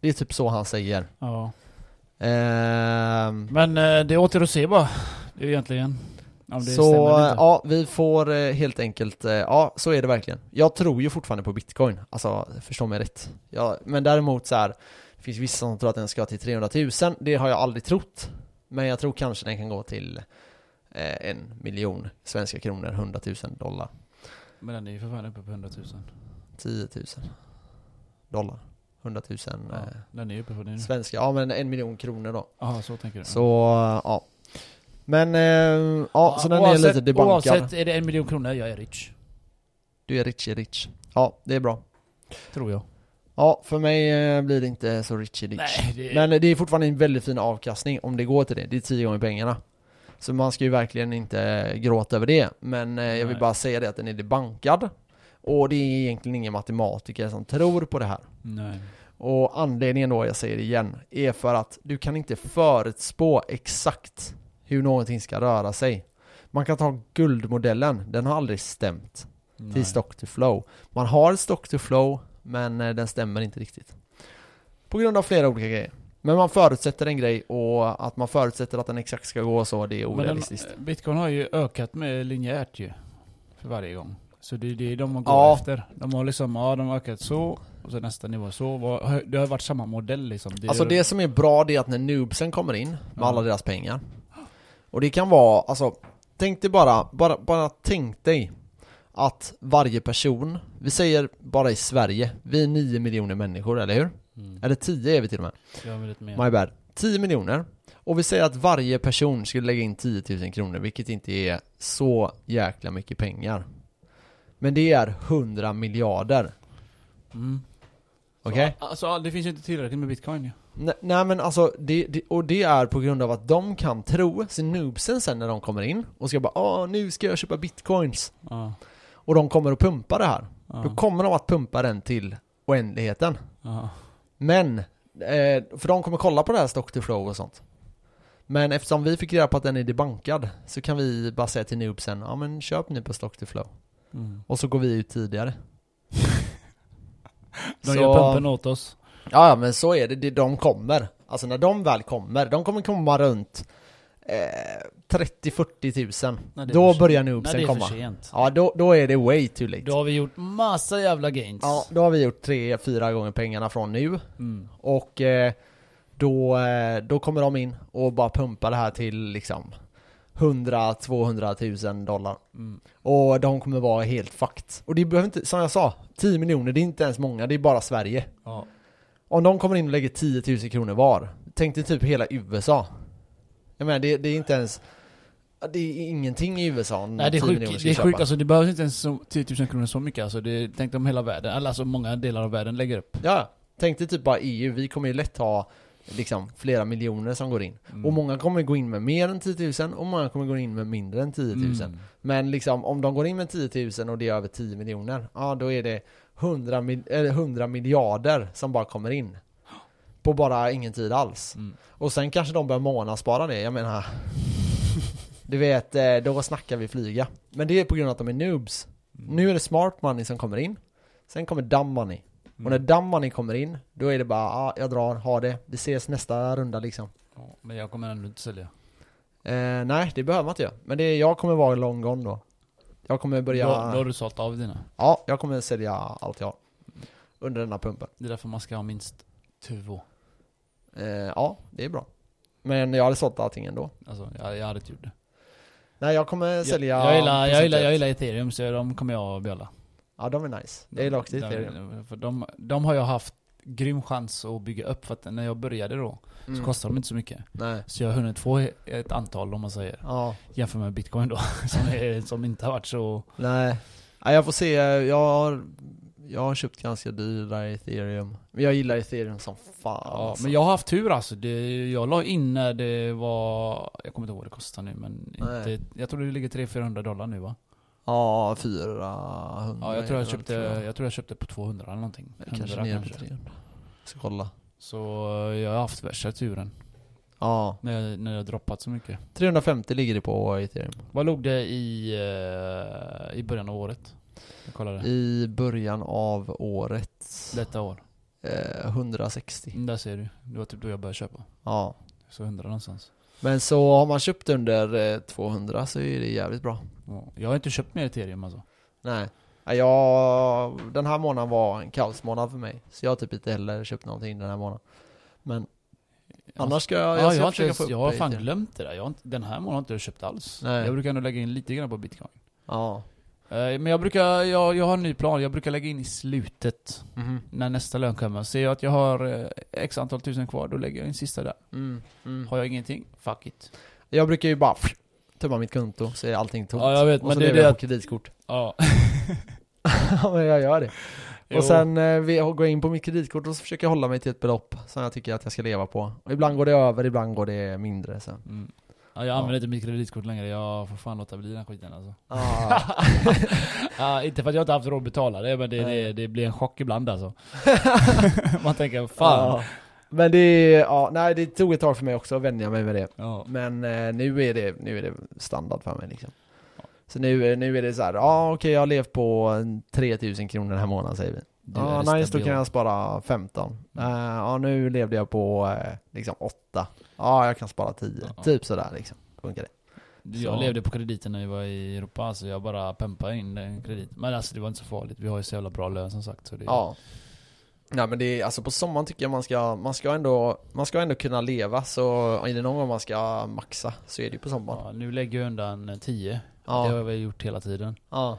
Det är typ så han säger. Ja. Ehm, Men eh, det åter att se bara. Det är ju egentligen. Om det så stämmer eller inte. ja, vi får eh, helt enkelt, eh, ja så är det verkligen. Jag tror ju fortfarande på bitcoin, alltså förstå mig rätt. Ja, men däremot så här, det finns vissa som tror att den ska till 300 000, det har jag aldrig trott. Men jag tror kanske den kan gå till eh, en miljon svenska kronor, 100 000 dollar, Men den är ju för fan uppe på 100 000. 10 000 dollar, 100 000 Ja, eh, den är ju uppe på det nu. svenska, ja men en miljon kronor då. Jaha, så tänker du. Så eh, ja. Men eh, ja, så den är lite debankad. Oavsett, är det en miljon kronor, jag är rich. Du är Richie Rich. Ja, det är bra. Tror jag. Ja, för mig eh, blir det inte så Richie Rich. Nej, det är... Men det är fortfarande en väldigt fin avkastning om det går till det. Det är tio gånger pengarna. Så man ska ju verkligen inte gråta över det. Men eh, jag vill Nej. bara säga det att den är debankad. Och det är egentligen ingen matematiker som tror på det här. Nej. Och anledningen då, jag säger det igen, är för att du kan inte förutspå exakt hur någonting ska röra sig. Man kan ta guldmodellen, den har aldrig stämt till Nej. stock to flow. Man har ett stock to flow, men eh, den stämmer inte riktigt. På grund av flera olika grejer. Men man förutsätter en grej och att man förutsätter att den exakt ska gå så, det är Men den, eh, orealistiskt. Bitcoin har ju ökat med linjärt ju. För varje gång. Så det är det de går Ja. efter. De har liksom, ja de har ökat så, och så nästa nivå så. Vad- Det har varit samma modell liksom. Det är- Alltså det som är bra det är att när noobsen kommer in med Ja. alla deras pengar Och det kan vara, alltså Tänk dig bara, bara, bara tänk dig Att varje person, vi säger bara i Sverige, vi är 9 miljoner människor, eller hur? Mm. Eller 10 är vi till och med, Jag har lite mer. my bad 10 miljoner Och vi säger att varje person skulle lägga in 10 000 kronor, vilket inte är så jäkla mycket pengar Men det är 100 miljarder, Mm. okej? Så, alltså det finns ju inte tillräckligt med bitcoin ju. Nej, nej men alltså, det, det, och det är på grund av att de kan tro, så noobsen sen när de kommer in och ska bara Åh, nu ska jag köpa bitcoins Ja. Och de kommer att pumpa det här Ja. Då kommer de att pumpa den till oändligheten ja. Men, eh, för de kommer kolla på det här stock to flow och sånt Men eftersom vi fick reda på att den är debankad Så kan vi bara säga till noobsen, ja men köp nu på stock to flow Mm. Och så går vi ut tidigare De Så- gör pumpen åt oss. Ja, ja, men så är det. det. De kommer. Alltså när de väl kommer, de kommer komma runt eh, 30-40 tusen. Nej, det är Då för- börjar När noobsen det är för komma. sent. Ja, då, då är det way too late. Då har vi gjort massa jävla gains. Ja, då har vi gjort tre, fyra gånger pengarna från nu. Mm. Och eh, då, eh, då kommer de in och bara pumpar det här till liksom 100-200 tusen dollar. Mm. Och de kommer vara helt fucked. Och det behöver inte, som jag sa, 10 miljoner, det är inte ens många, det är bara Sverige. Ja. Om de kommer in och lägger 10 000 kronor var, tänk dig typ hela USA. Jag menar det, det är inte ens, det är ingenting i USA om Nej det är 10 miljoner sjukt, ska det är köpa. sjukt alltså, det behövs inte ens så, 10 000 kronor så mycket alltså, det är, tänk om hela världen, eller alltså många delar av världen lägger upp. Ja, tänk dig typ bara EU, vi kommer ju lätt ha liksom flera miljoner som går in. Och många kommer gå in med mer än 10 000 och många kommer gå in med mindre än 10 000. Mm. Men liksom om de går in med 10 000 och det är över 10 miljoner, ja då är det 100, mil- eller 100 miljarder som bara kommer in. På bara ingen tid alls. Mm. Och sen kanske de börjar månadsspara det, jag menar Du vet, eh, då snackar vi flyga Men det är på grund av att de är noobs Mm. Nu är det smart money som kommer in Sen kommer dumb money Och Mm. när dumb money kommer in, då är det bara ah, jag drar, ha det Vi ses nästa runda liksom Ja, men jag kommer ändå inte sälja. eh, Nej, det behöver man inte göra Men det, är- jag kommer vara long gone då Jag kommer börja Då, då har du sålt av dina. Ja, jag kommer sälja allt jag har Under den här pumpen Det är därför man ska ha minst två. eh, Ja, det är bra Men jag hade sålt allting ändå Alltså, jag, jag hade inte gjort det. Nej, jag kommer sälja jag, jag, gillar, jag, gillar, jag procentuellt. gillar ethereum, så de kommer jag behålla. Ja, de är nice Jag gillar också ethereum De, mm. för de, de har jag haft grym chans att bygga upp, för att när jag började då, Mm. så kostade de inte så mycket. Nej. Så jag har hunnit få ett antal om man säger. Ja, Jämför med bitcoin då, som, är, som inte har varit så... nej. nej. Jag får se, jag har, jag har köpt ganska dyra ethereum. Men jag gillar ethereum som fan. Ja, alltså. men jag har haft tur alltså. Det, jag la in när det var... Jag kommer inte ihåg vad det kostar nu men Nej. inte, Jag tror det ligger 300-400 dollar nu va? Ja, 400 Ja, jag tror jag eller, köpte, jag tror jag köpte på 200 eller någonting. Eller Kanske 100 nere på kanske. 300 Ska kolla Så eh, jag har haft värsta turen. Ja, När jag, när jag droppat så mycket. 350 ligger det på ethereum Vad låg det i, eh, i början av året? Jag kollade. I början av året Detta år. eh, 160 Mm, Där ser du. Det var typ då jag började köpa. Ja Så 100 någonstans. Men så har man köpt under eh, 200 så är det jävligt bra Ja. Jag har inte köpt mer ethereum alltså. Nej Ja, jag, den här månaden var en kaosmånad för mig Så jag har typ inte heller köpt någonting den här månaden Men Jag- annars ska jag, Ja, jag, jag, ska har, inte försöka ens, få upp jag har fan ethereum. glömt det där. Jag har inte, den här månaden har inte jag köpt alls. Nej. Jag brukar nog lägga in lite grann på bitcoin. Ja Eh, Men jag brukar, jag, jag har en ny plan. Jag brukar lägga in i slutet. Mhm. När nästa lön kommer. Ser jag att jag har eh, x antal tusen kvar, då lägger jag in sista där. mm. Mm. Har jag ingenting, fuck it. Jag brukar ju bara tömma mitt konto så är allting tomt Ja, jag vet, Och men så det är lever jag det på kreditkort Ja. Ja men jag gör det Jo. Och sen eh, vi- jag går in på mitt kreditkort och så försöker jag hålla mig till ett belopp som jag tycker att jag ska leva på. Och ibland går det över, ibland går det mindre sen. Mm. Ja, jag använder inte mitt kreditkort längre, jag får fan låta bli den här skiten alltså. Ah. Ja, inte för att jag inte haft råd att betala det, men det, det, Nej. det blir en chock ibland alltså. Man tänker, fan. Ja. Men det, ja, nej, det tog ett tag för mig också att vänja mig med det. Ja. Men eh, nu, är det, nu är det standard för mig liksom. Så nu, eh, nu är det så här, ja ah, okej jag har levt på en 3000 kronor den här månaden säger vi. Du Ja är ah, nice, då stabil. kan jag spara 15. Ja Mm. ah, nu levde jag på eh, liksom 8. Ja ah, jag kan spara 10. Ja. Typ sådär liksom. Funkar det? Jag Så. levde på krediten när vi var i Europa, så jag bara pumpade in den kredit. Men alltså det var inte så farligt, vi har ju så jävla bra lön som sagt. Så det, Ja. Nej typ. men det är, alltså på sommaren tycker jag man ska, man ska ändå, man ska ändå kunna leva så är det någon gång man ska maxa så är det ju på sommaren. Ja, nu lägger jag undan 10, det har Ja. jag väl gjort hela tiden. Ja.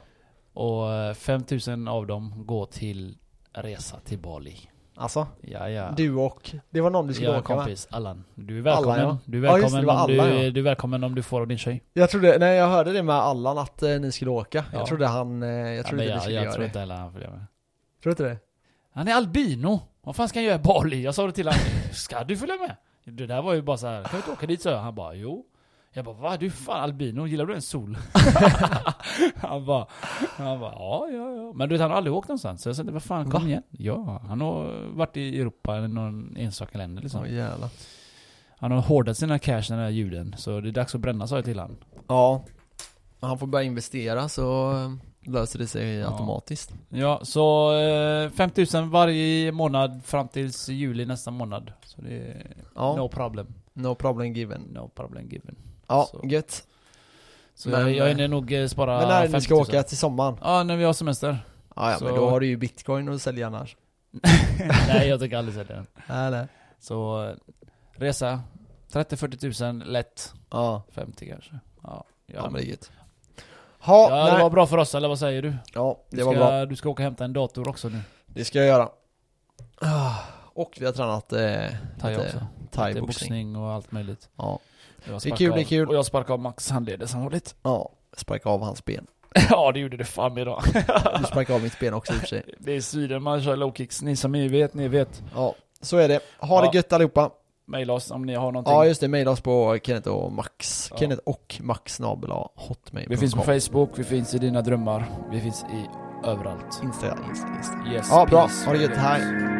Och eh, 5000 av dem går till resa till Bali. Alltså, Ja, ja. du och, det var någon du skulle jag har en åka med. kompis, Allan. Du är välkommen. Allan, ja. Du är Ja, just det, välkommen, det var om du, Allan, ja. du är välkommen om du får av din tjej. Jag trodde, nej jag hörde det med Allan att eh, ni skulle åka. Ja. Jag trodde han, eh, jag trodde ja, inte men ni jag, skulle jag göra tror det. inte heller han följer med. Tror du inte det? Han är albino! Vad fan ska han göra i Bali? Jag sa det till honom. Ska du följa med? Det där var ju bara så här. kan vi inte åka dit? Så han bara jo. Jag bara va? Du är fan albino, gillar du en sol? han bara, han bara ja, ja, ja. Men du vet han har aldrig åkt någonstans. Så jag sa vad fan kom Va? igen. Ja, han har varit i Europa eller någon enstaka länder liksom. Åh jävlar. Han har hårdat sina cash den här juden. Så det är dags att bränna sa jag till honom. Ja. Han får börja investera så eh, löser det sig Ja. automatiskt. Ja, så eh, 5000 varje månad fram tills juli nästa månad. Så det är Ja. no No. problem. problem given. No problem given. Ja, Så. gött. Så Men, jag, jag eh, hinner nog eh, spara Men när är det ni 50 ska 000. åka till sommaren? Ja, när vi har semester. Ja, ja Så- men då har du ju bitcoin att sälja annars. Nej, jag tänker aldrig sälja den. Eller? Så eh, resa 30-40 000 lätt. Ja, 50 kanske. Ja, ja. ja men det är gött. ja, Ha, nej. det var bra för oss, eller vad säger du? ja, det du var ska, bra. Du ska åka och hämta en dator också nu. Det ska jag göra. Ah, Och vi har tränat eh, Thai lite också. Lite thai-boxning. boxning och allt möjligt. Ja. Jag Det är sparkar kul, det är av- kul. Och jag sparkar av Max handleder sannolikt. ja, sparka av hans ben. ja, det gjorde det fan med idag. Du sparkar av mitt ben också i och för sig. Det är Sweden man kör low kicks. Ni som är vet, ni vet. Ja, så är det. Ha Ja. det gött allihopa. Maila oss om ni har någonting. Ja, just det. Mejla oss på Kenneth och Max. Ja. Kenneth och Max snabel hotmail. vi finns på Facebook, vi finns i dina drömmar, vi finns i överallt. Insta, Insta, Insta. Yes, Ja, bra. peace. Ha det gött. Hej.